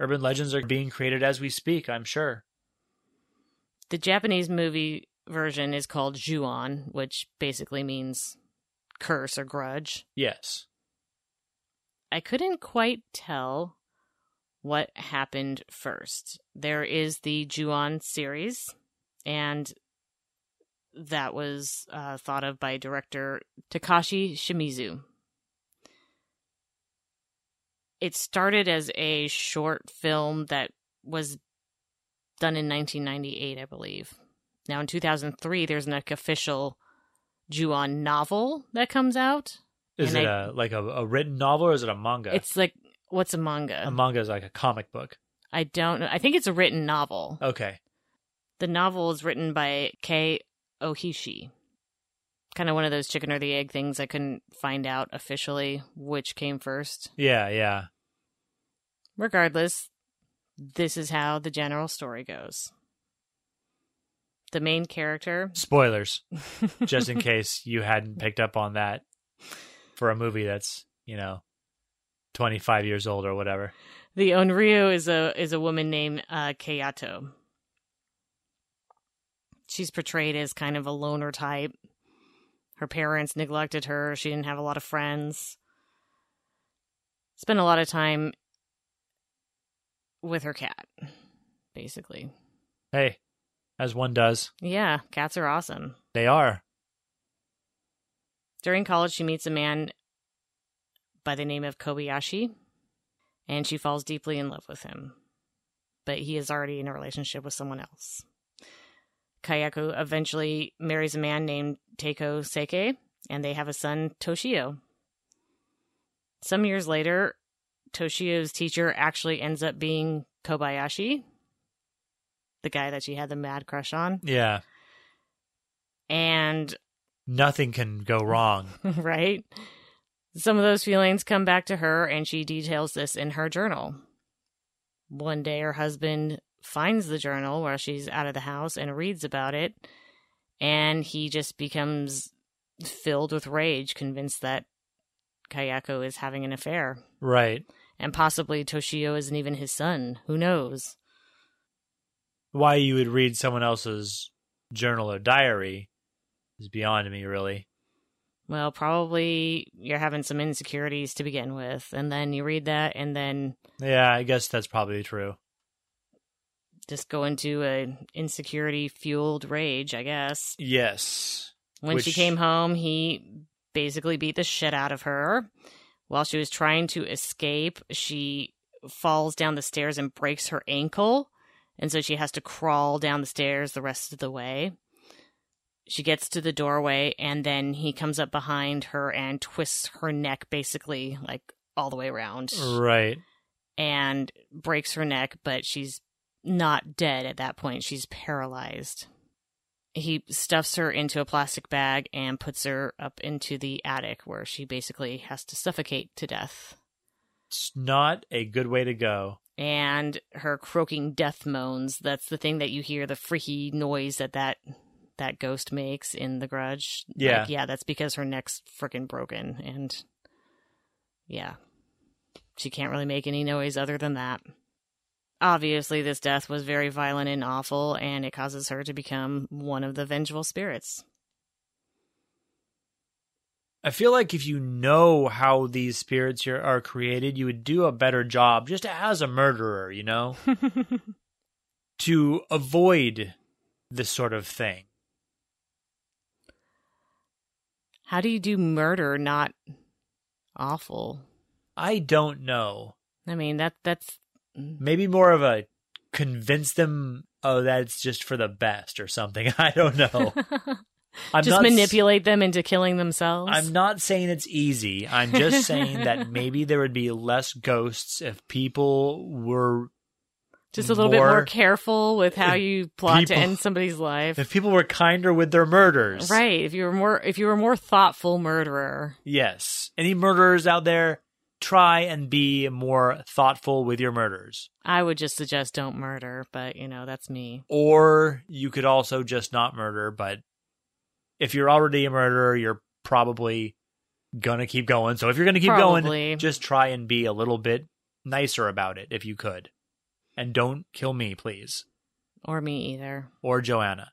Speaker 1: Urban legends are being created as we speak. I'm sure.
Speaker 2: The Japanese movie version is called Juon, which basically means curse or grudge.
Speaker 1: Yes,
Speaker 2: I couldn't quite tell what happened first. There is the Juon series, and that was uh, thought of by director Takashi Shimizu. It started as a short film that was done in 1998, I believe. Now, in 2003, there's an like, official Juon novel that comes out.
Speaker 1: is
Speaker 2: And
Speaker 1: it
Speaker 2: I-
Speaker 1: a like a, a written novel or is it a manga?
Speaker 2: It's like, what's a manga?
Speaker 1: a manga is like a comic book.
Speaker 2: I don't know. I think it's a written novel.
Speaker 1: Okay,
Speaker 2: The novel is written by Kei Ohishi. Kind of one of those chicken or the egg things I couldn't find out officially which came first.
Speaker 1: yeah, yeah.
Speaker 2: Regardless, this is how the general story goes. The main character
Speaker 1: Spoilers. just in case you hadn't picked up on that for a movie that's you know 25 years old or whatever
Speaker 2: The Onryo is a is a woman named uh, Kayato. She's portrayed as kind of a loner type. Her parents neglected her. She didn't have a lot of friends. spent a lot of time with her cat, basically.
Speaker 1: Hey, as one does.
Speaker 2: Yeah, cats are awesome.
Speaker 1: They are.
Speaker 2: During college, she meets a man by the name of Kobayashi, and she falls deeply in love with him. But he is already in a relationship with someone else. Kayako eventually marries a man named Teiko Seike, and they have a son, Toshio. Some years later, Toshio's teacher actually ends up being Kobayashi, the guy that she had the mad crush on.
Speaker 1: Yeah.
Speaker 2: And
Speaker 1: Nothing can go wrong.
Speaker 2: right? Some of those feelings come back to her, and she details this in her journal. One day, her husband finds the journal while she's out of the house and reads about it, and he just becomes filled with rage, convinced that Kayako is having an affair.
Speaker 1: Right.
Speaker 2: And possibly Toshio isn't even his son. Who knows?
Speaker 1: Why you would read someone else's journal or diary is beyond me, really.
Speaker 2: Well, probably you're having some insecurities to begin with, and then you read that, and then
Speaker 1: Yeah, I guess that's probably true.
Speaker 2: just go into a insecurity fueled rage, I guess.
Speaker 1: Yes.
Speaker 2: When she
Speaker 1: Which-
Speaker 2: came home, he basically beat the shit out of her. While she was trying to escape, she falls down the stairs and breaks her ankle. And so she has to crawl down the stairs the rest of the way. She gets to the doorway, and then he comes up behind her and twists her neck basically, like all the way around,
Speaker 1: Right.
Speaker 2: and breaks her neck, but she's not dead at that point. She's paralyzed he stuffs her into a plastic bag and puts her up into the attic where she basically has to suffocate to death.
Speaker 1: It's not a good way to go.
Speaker 2: And her croaking death moans, that's the thing that you hear the freaky noise that that, that ghost makes in The Grudge. Like,
Speaker 1: Yeah.
Speaker 2: yeah, that's because her neck's freaking broken. And yeah, she can't really make any noise other than that. Obviously, this death was very violent and awful, and it causes her to become one of the vengeful spirits.
Speaker 1: I feel like if you know how these spirits here are created, you would do a better job just as a murderer, you know, to avoid this sort of thing.
Speaker 2: How do you do murder not awful?
Speaker 1: I don't know.
Speaker 2: I mean that that's mm.
Speaker 1: Maybe more of a convince them, oh, that's just for the best or something. I don't know. I'm
Speaker 2: just
Speaker 1: not s-
Speaker 2: manipulate them into killing themselves.
Speaker 1: I'm not saying it's easy. I'm just saying that maybe there would be less ghosts if people were
Speaker 2: just a little bit more
Speaker 1: more-
Speaker 2: careful with how you plot to
Speaker 1: people-
Speaker 2: end somebody's life.
Speaker 1: if people were kinder with their murders.
Speaker 2: right. If you were more if you were more thoughtful murderer.
Speaker 1: Yes. Any murderers out there, try and be more thoughtful with your murders.
Speaker 2: I would just suggest don't murder, but you know, that's me.
Speaker 1: Or you could also just not murder, but if you're already a murderer, you're probably gonna keep going. So if you're gonna keep
Speaker 2: Probably.
Speaker 1: going, just try and be a little bit nicer about it if you could. And don't kill me, please.
Speaker 2: Or me either.
Speaker 1: Or Joanna.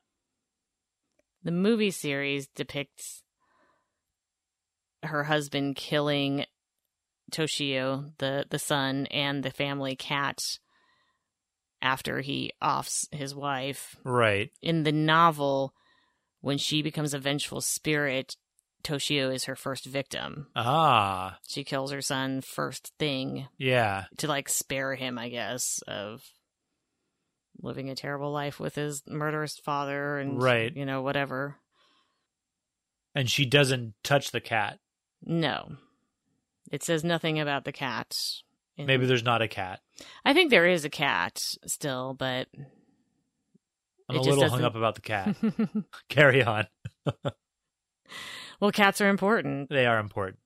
Speaker 2: The movie series depicts her husband killing Toshio, the the son, and the family cat after he offs his wife.
Speaker 1: Right.
Speaker 2: In the novel, when she becomes a vengeful spirit, Toshio is her first victim.
Speaker 1: Ah,
Speaker 2: She kills her son first thing
Speaker 1: yeah.
Speaker 2: to like spare him, I guess, of living a terrible life with his murderous father and
Speaker 1: Right.
Speaker 2: you know, whatever.
Speaker 1: And she doesn't touch the cat.
Speaker 2: No. It says nothing about the cat. in-
Speaker 1: Maybe there's not a cat.
Speaker 2: I think there is a cat still, but
Speaker 1: I'm a
Speaker 2: It just
Speaker 1: little hung
Speaker 2: doesn't-
Speaker 1: up about the cat. Carry on.
Speaker 2: well, cats are important.
Speaker 1: They are important.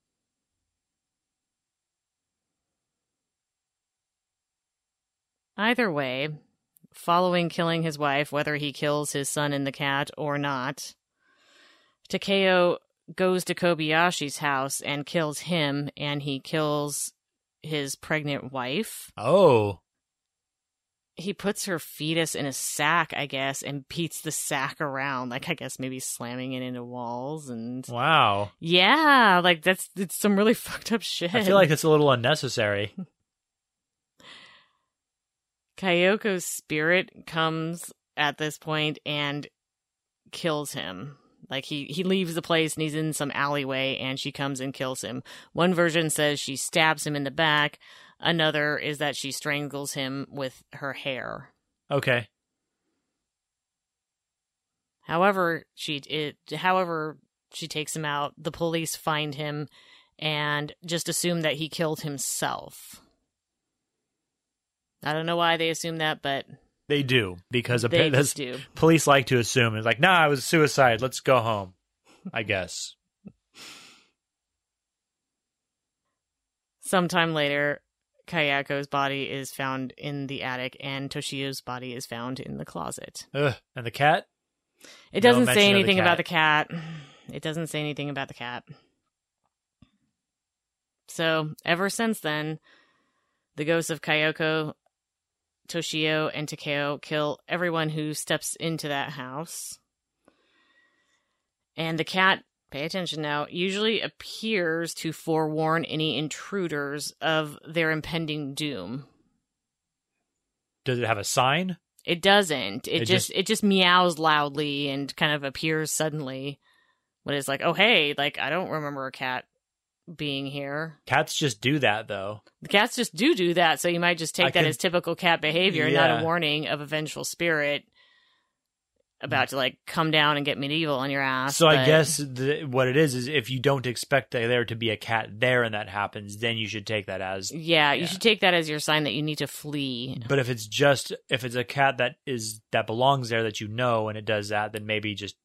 Speaker 2: Either way, following killing his wife, whether he kills his son and the cat or not, Takeo goes to Kobayashi's house and kills him, and he kills his pregnant wife.
Speaker 1: Oh,
Speaker 2: he puts her fetus in a sack, I guess, and beats the sack around. Like I guess maybe slamming it into walls and
Speaker 1: Wow.
Speaker 2: yeah, like that's it's some really fucked up shit.
Speaker 1: I feel like it's a little unnecessary.
Speaker 2: Kyoko's spirit comes at this point and kills him. Like he he leaves the place and he's in some alleyway and she comes and kills him. One version says she stabs him in the back. Another is that she strangles him with her hair.
Speaker 1: Okay.
Speaker 2: However, she it however she takes him out. The police find him and just assume that he killed himself. I don't know why they assume that, but
Speaker 1: They do because
Speaker 2: they
Speaker 1: apparently
Speaker 2: just
Speaker 1: that's,
Speaker 2: do.
Speaker 1: police like to assume it's like, nah, it was suicide. Let's go home. I guess.
Speaker 2: Sometime later, Kayako's body is found in the attic, and Toshio's body is found in the closet.
Speaker 1: Ugh. And the cat?
Speaker 2: It
Speaker 1: No
Speaker 2: doesn't say
Speaker 1: mention of the
Speaker 2: anything about the cat. It doesn't say anything about the cat. So, ever since then, the ghosts of Kayako, Toshio, and Takeo kill everyone who steps into that house. And the cat, pay attention now, usually appears to forewarn any intruders of their impending doom.
Speaker 1: Does it have a sign?
Speaker 2: It doesn't. It,
Speaker 1: It
Speaker 2: just,
Speaker 1: just-
Speaker 2: it just meows loudly and kind of appears suddenly when it's like, oh hey, like I don't remember a cat being here.
Speaker 1: Cats just do that though.
Speaker 2: The cats just do do that, so you might just take
Speaker 1: I
Speaker 2: that
Speaker 1: can-
Speaker 2: as typical cat behavior, and not
Speaker 1: Yeah.
Speaker 2: a warning of a vengeful spirit about to like come down and get medieval on your ass.
Speaker 1: so I
Speaker 2: but-
Speaker 1: guess the, what it is is if you don't expect that there to be a cat there and that happens, then you should take that as.
Speaker 2: yeah, you
Speaker 1: Yeah.
Speaker 2: should take that as your sign that you need to flee.
Speaker 1: But if it's just if it's a cat that is that belongs there that you know and it does that, then maybe just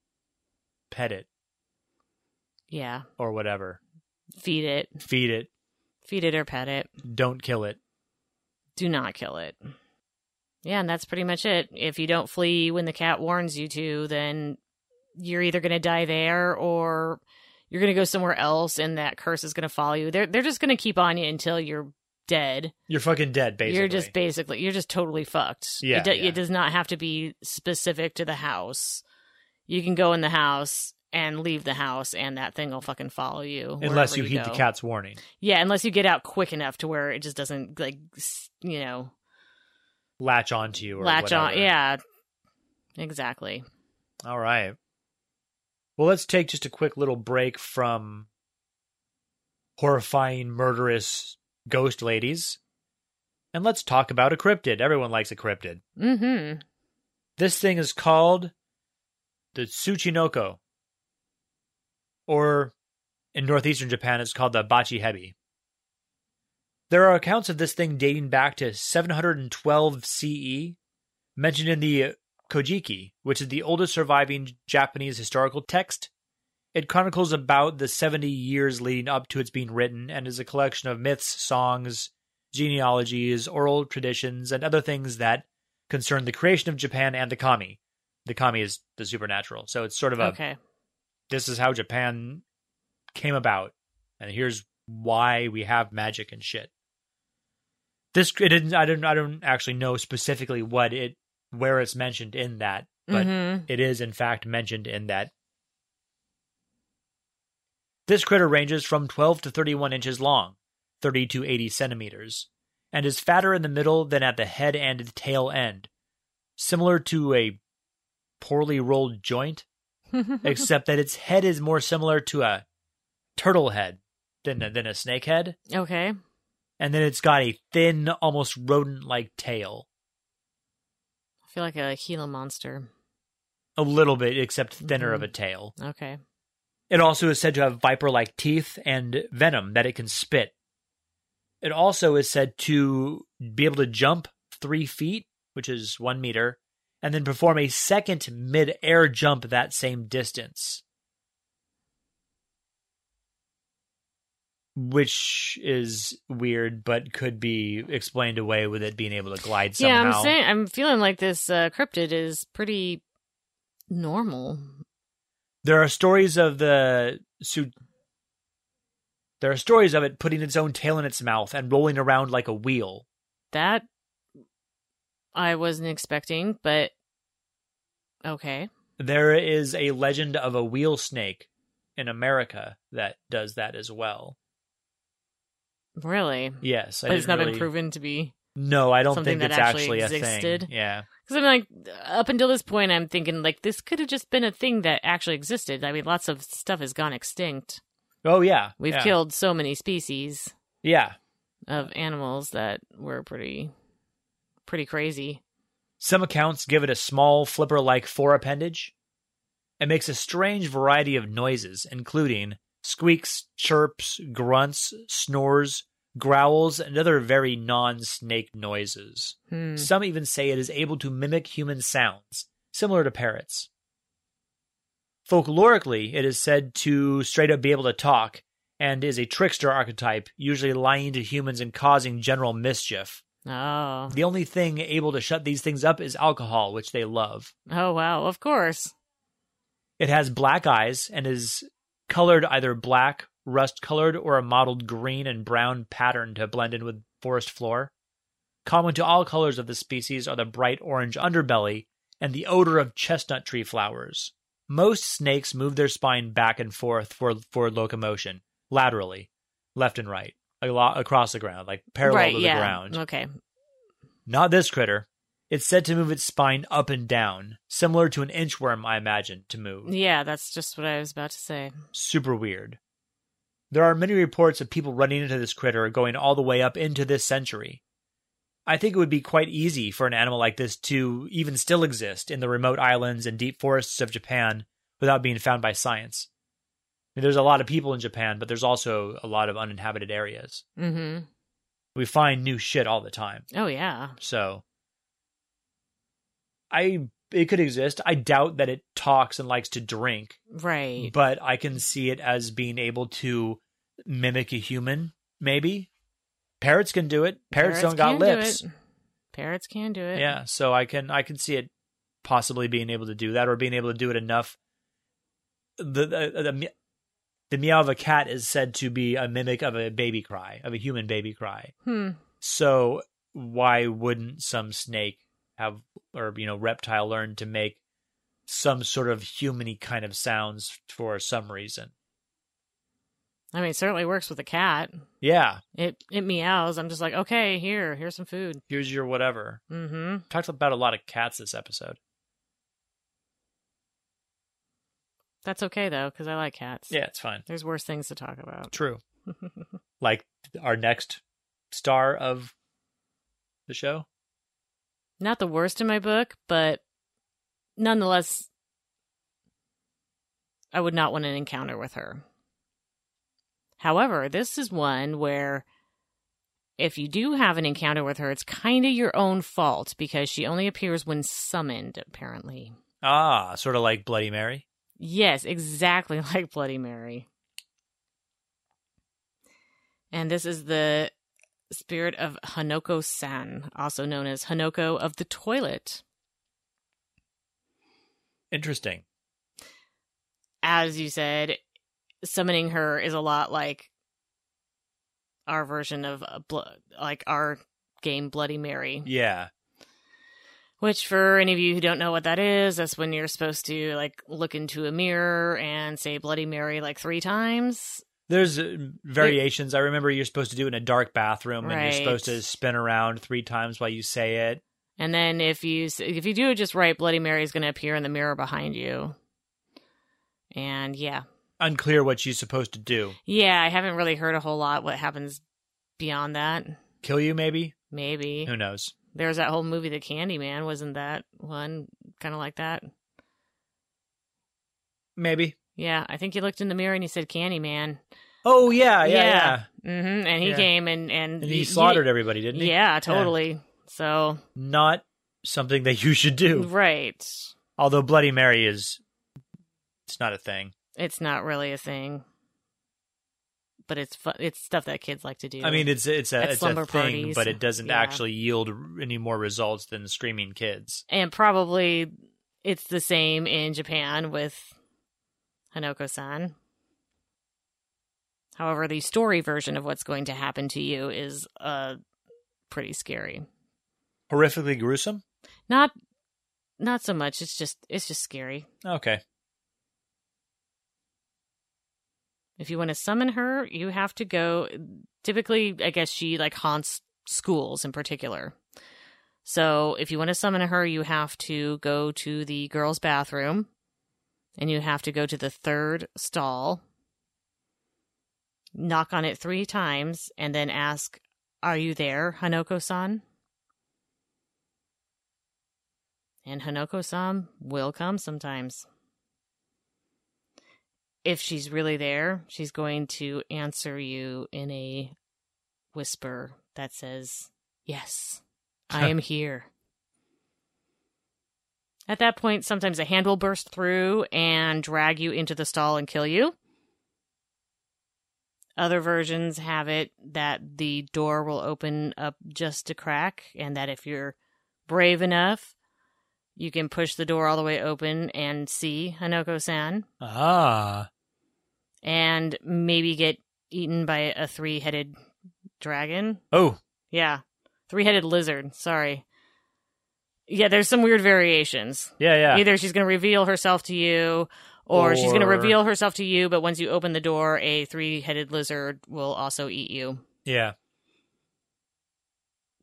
Speaker 1: pet it
Speaker 2: Yeah,
Speaker 1: or whatever,
Speaker 2: feed it,
Speaker 1: feed it,
Speaker 2: feed it or pet it.
Speaker 1: don't kill it.
Speaker 2: do not kill it. Yeah, and that's pretty much it. If you don't flee when the cat warns you to, then you're either going to die there or you're going to go somewhere else and that curse is going to follow you. They're they're just going to keep on you until you're dead.
Speaker 1: You're fucking dead, basically.
Speaker 2: You're just basically you're just totally fucked.
Speaker 1: Yeah,
Speaker 2: it, do-
Speaker 1: yeah.
Speaker 2: it does not have to be specific to the house. You can go in the house and leave the house and that thing will fucking follow you
Speaker 1: unless
Speaker 2: wherever
Speaker 1: you heed the
Speaker 2: go.
Speaker 1: cat's warning.
Speaker 2: Yeah, unless you get out quick enough to where it just doesn't like s- you know
Speaker 1: latch onto you or
Speaker 2: latch on.
Speaker 1: whatever.
Speaker 2: Yeah, exactly.
Speaker 1: All right. Well, let's take just a quick little break from horrifying, murderous ghost ladies, and let's talk about a cryptid. Everyone likes a cryptid.
Speaker 2: hmm
Speaker 1: This thing is called the Tsuchinoko, or in northeastern Japan, it's called the Bachihebi. There are accounts of this thing dating back to 712 CE, E, mentioned in the Kojiki, which is the oldest surviving Japanese historical text. It chronicles about the 70 years leading up to its being written and is a collection of myths, songs, genealogies, oral traditions, and other things that concern the creation of Japan and the kami. The kami is the supernatural. So it's sort of a
Speaker 2: Okay.
Speaker 1: this is how Japan came about, and here's why we have magic and shit. This it didn't. I don't. I don't actually know specifically what it where it's mentioned in that, but
Speaker 2: Mhm.
Speaker 1: it is in fact mentioned in that. This critter ranges from 12 to 31 inches long, 30 to 80 centimeters, and is fatter in the middle than at the head and the tail end, similar to a poorly rolled joint
Speaker 2: Mm-hmm.
Speaker 1: except that its head is more similar to a turtle head than a, than a snake head,
Speaker 2: okay.
Speaker 1: and then it's got a thin, almost rodent-like tail,
Speaker 2: I feel like a Gila monster.
Speaker 1: a little bit, except thinner
Speaker 2: Mhm.
Speaker 1: of a tail.
Speaker 2: Okay.
Speaker 1: It also is said to have viper-like teeth and venom that it can spit. It also is said to be able to jump three feet, which is one meter, and then perform a second mid-air jump that same distance. Which is weird, but could be explained away with it being able to glide somehow.
Speaker 2: Yeah, I'm saying I'm feeling like this uh, cryptid is pretty normal.
Speaker 1: there are stories of the su- there are stories of it putting its own tail in its mouth and rolling around like a wheel
Speaker 2: That I wasn't expecting, but okay.
Speaker 1: There is a legend of a wheel snake in America that does that as well.
Speaker 2: Really?
Speaker 1: Yes, I
Speaker 2: but it's
Speaker 1: didn't
Speaker 2: not
Speaker 1: really-
Speaker 2: been proven to be.
Speaker 1: No, I don't
Speaker 2: something
Speaker 1: think
Speaker 2: that
Speaker 1: it's
Speaker 2: actually
Speaker 1: actually, a
Speaker 2: existed.
Speaker 1: thing. Yeah,
Speaker 2: Because I'm like, up until this point, I'm thinking, like, this could have just been a thing that actually existed. I mean, lots of stuff has gone extinct.
Speaker 1: Oh yeah,
Speaker 2: We've
Speaker 1: yeah.
Speaker 2: killed so many species
Speaker 1: Yeah,
Speaker 2: of animals that were pretty, pretty crazy.
Speaker 1: some accounts give it a small flipper-like fore appendage. It makes a strange variety of noises, including squeaks, chirps, grunts, snores, growls, and other very non-snake noises.
Speaker 2: Hmm.
Speaker 1: Some even say it is able to mimic human sounds, similar to parrots. Folklorically, it is said to straight up be able to talk and is a trickster archetype, usually lying to humans and causing general mischief.
Speaker 2: Oh,
Speaker 1: The only thing able to shut these things up is alcohol, which they love.
Speaker 2: oh wow! Of course.
Speaker 1: It has black eyes and is colored either black, rust colored, or a mottled green and brown pattern to blend in with forest floor. Common to all colors of the species are the bright orange underbelly and the odor of chestnut tree flowers. Most snakes move their spine back and forth for, for locomotion, laterally, left and right, a lot across the ground, like parallel
Speaker 2: right?
Speaker 1: to the
Speaker 2: yeah.
Speaker 1: ground.
Speaker 2: Okay.
Speaker 1: Not this critter. It's said to move its spine up and down, similar to an inchworm, I imagine, to move.
Speaker 2: Yeah, that's just what I was about to say.
Speaker 1: Super weird. There are many reports of people running into this critter going all the way up into this century. I think it would be quite easy for an animal like this to even still exist in the remote islands and deep forests of Japan without being found by science. I mean, there's a lot of people in Japan, but there's also a lot of uninhabited areas.
Speaker 2: Mm-hmm.
Speaker 1: We find new shit all the time.
Speaker 2: Oh yeah.
Speaker 1: So I it could exist. I doubt that it talks and likes to drink,
Speaker 2: Right.
Speaker 1: but I can see it as being able to mimic a human, maybe. Parrots can do it. Parrots, don't got
Speaker 2: can do
Speaker 1: lips.
Speaker 2: it. Parrots can do it.
Speaker 1: Yeah, so I can I can see it possibly being able to do that or being able to do it enough the the, the, me- the meow of a cat is said to be a mimic of a baby cry, of a human baby cry.
Speaker 2: Hmm.
Speaker 1: So why wouldn't some snake have or you know reptile learn to make some sort of humany kind of sounds for some reason?
Speaker 2: I mean, it certainly works with a cat.
Speaker 1: Yeah,
Speaker 2: It it meows. I'm just like, okay, here, here's some food.
Speaker 1: here's your whatever.
Speaker 2: Mm-hmm.
Speaker 1: Talked about a lot of cats this episode.
Speaker 2: That's okay though, because I like cats.
Speaker 1: Yeah, it's fine.
Speaker 2: There's worse things to talk about.
Speaker 1: True. Like our next star of the show.
Speaker 2: Not the worst in my book, but nonetheless, I would not want an encounter with her. However, this is one where if you do have an encounter with her, it's kind of your own fault because she only appears when summoned, apparently.
Speaker 1: Ah, sort of like Bloody Mary.
Speaker 2: Yes, exactly like Bloody Mary. And this is the spirit of Hanoko san, also known as Hanoko of the toilet.
Speaker 1: Interesting.
Speaker 2: As you said, summoning her is a lot like our version of a blo- like our game Bloody Mary.
Speaker 1: Yeah.
Speaker 2: Which, for any of you who don't know what that is, that's when you're supposed to like look into a mirror and say Bloody Mary like three times.
Speaker 1: There's uh, variations. I remember you're supposed to do it in a dark bathroom, and you're
Speaker 2: Right.
Speaker 1: supposed to spin around three times while you say it.
Speaker 2: And then if you s- if you do it just right, Bloody Mary is going to appear in the mirror behind you. And yeah,
Speaker 1: Unclear what she's supposed to do.
Speaker 2: yeah, I haven't really heard a whole lot what happens beyond that.
Speaker 1: Kill you, maybe?
Speaker 2: Maybe
Speaker 1: Who knows?
Speaker 2: there was that whole movie, The Candyman, wasn't that one kind of like that?
Speaker 1: Maybe.
Speaker 2: Yeah, I think he looked in the mirror and he said Candyman.
Speaker 1: Oh yeah, yeah, yeah.
Speaker 2: Yeah. Mm-hmm. And he
Speaker 1: Yeah.
Speaker 2: came and and,
Speaker 1: And
Speaker 2: you-
Speaker 1: he
Speaker 2: you-
Speaker 1: slaughtered everybody, didn't he?
Speaker 2: Yeah, totally. So
Speaker 1: Not something that you should do.
Speaker 2: right,
Speaker 1: Although Bloody Mary is, it's not a thing.
Speaker 2: it's not really a thing, but it's fu- it's stuff that kids like to do.
Speaker 1: I mean, it's it's a
Speaker 2: At
Speaker 1: it's
Speaker 2: slumber
Speaker 1: a thing,
Speaker 2: parties.
Speaker 1: but it doesn't
Speaker 2: Yeah.
Speaker 1: actually yield any more results than screaming kids.
Speaker 2: and probably it's the same in Japan with Hanoko-san. However, the story version of what's going to happen to you is uh pretty scary.
Speaker 1: horrifically gruesome?
Speaker 2: Not not so much. It's just it's just scary.
Speaker 1: Okay.
Speaker 2: If you want to summon her, you have to go. Typically, I guess she like haunts schools in particular. So if you want to summon her, you have to go to the girls' bathroom and you have to go to the third stall, knock on it three times, and then ask, Are you there, Hanoko san? And Hanoko san will come sometimes. If she's really there, she's going to answer you in a whisper that says, Yes, I am here. At that point, sometimes a hand will burst through and drag you into the stall and kill you. Other versions have it that the door will open up just a crack, and that if you're brave enough, you can push the door all the way open and see Hanoko san
Speaker 1: Ah.
Speaker 2: and maybe get eaten by a three headed dragon.
Speaker 1: Oh,
Speaker 2: Yeah. Three headed lizard. Sorry. Yeah, there's some weird variations.
Speaker 1: yeah, yeah.
Speaker 2: Either she's going to reveal herself to you, or, she's going to
Speaker 1: Or-
Speaker 2: reveal herself to you, but once you open the door, a three headed lizard will also eat you.
Speaker 1: yeah.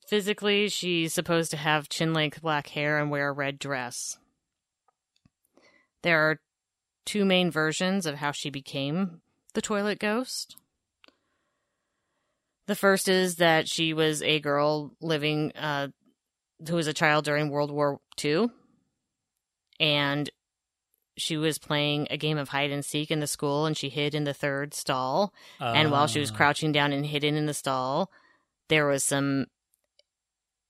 Speaker 2: Physically, she's supposed to have chin length black hair and wear a red dress. There are two main versions of how she became the toilet ghost. The first is that she was a girl living, uh, who was a child during World War II, and she was playing a game of hide and seek in the school, and she hid in the third stall and while she was
Speaker 1: Ah.
Speaker 2: crouching down and hidden in the stall, there was some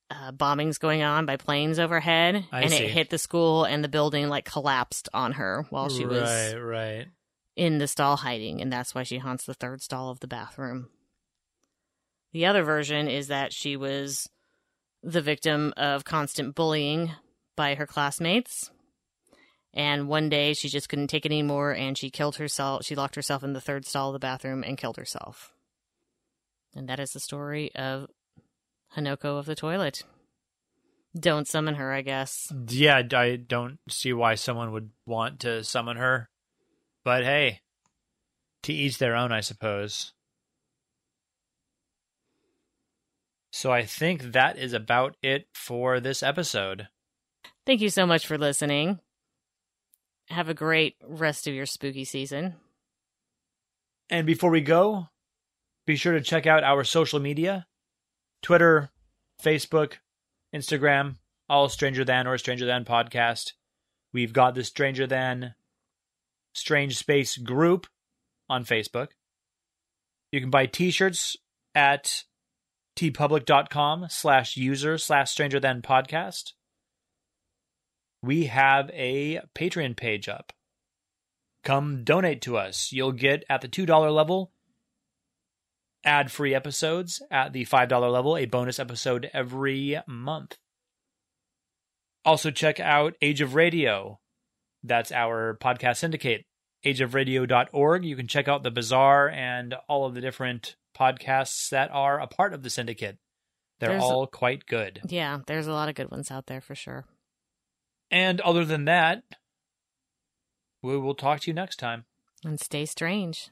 Speaker 2: uh, bombings going on by planes overhead,
Speaker 1: I
Speaker 2: and
Speaker 1: see.
Speaker 2: it hit the school, and the building like collapsed on her while she was
Speaker 1: Right, right.
Speaker 2: in the stall hiding, and that's why she haunts the third stall of the bathroom. The other version is that she was the victim of constant bullying by her classmates. And one day she just couldn't take it anymore and she killed herself. She locked herself in the third stall of the bathroom and killed herself. And that is the story of Hanoko of the toilet. Don't summon her, I guess.
Speaker 1: Yeah, I don't see why someone would want to summon her. But hey, to each their own, I suppose. So I think that is about it for this episode.
Speaker 2: Thank you so much for listening. Have a great rest of your spooky season.
Speaker 1: And before we go, be sure to check out our social media Twitter, Facebook, Instagram, all Stranger Than or Stranger Than podcast. We've got the Stranger Than Strange Space group on Facebook. You can buy t-shirts at tpublic.com slash user slash stranger than podcast. We have a Patreon page up come donate to us. You'll get at the $2 level ad free episodes, at the $5 level, a bonus episode every month. Also, check out Age of Radio. That's our podcast syndicate, ageofradio.org. You can check out the bazaar and all of the different podcasts that are a part of the syndicate. They're
Speaker 2: There's a-
Speaker 1: all quite good.
Speaker 2: Yeah, there's a lot of good ones out there for sure.
Speaker 1: And other than that, we will talk to you next time.
Speaker 2: And stay strange.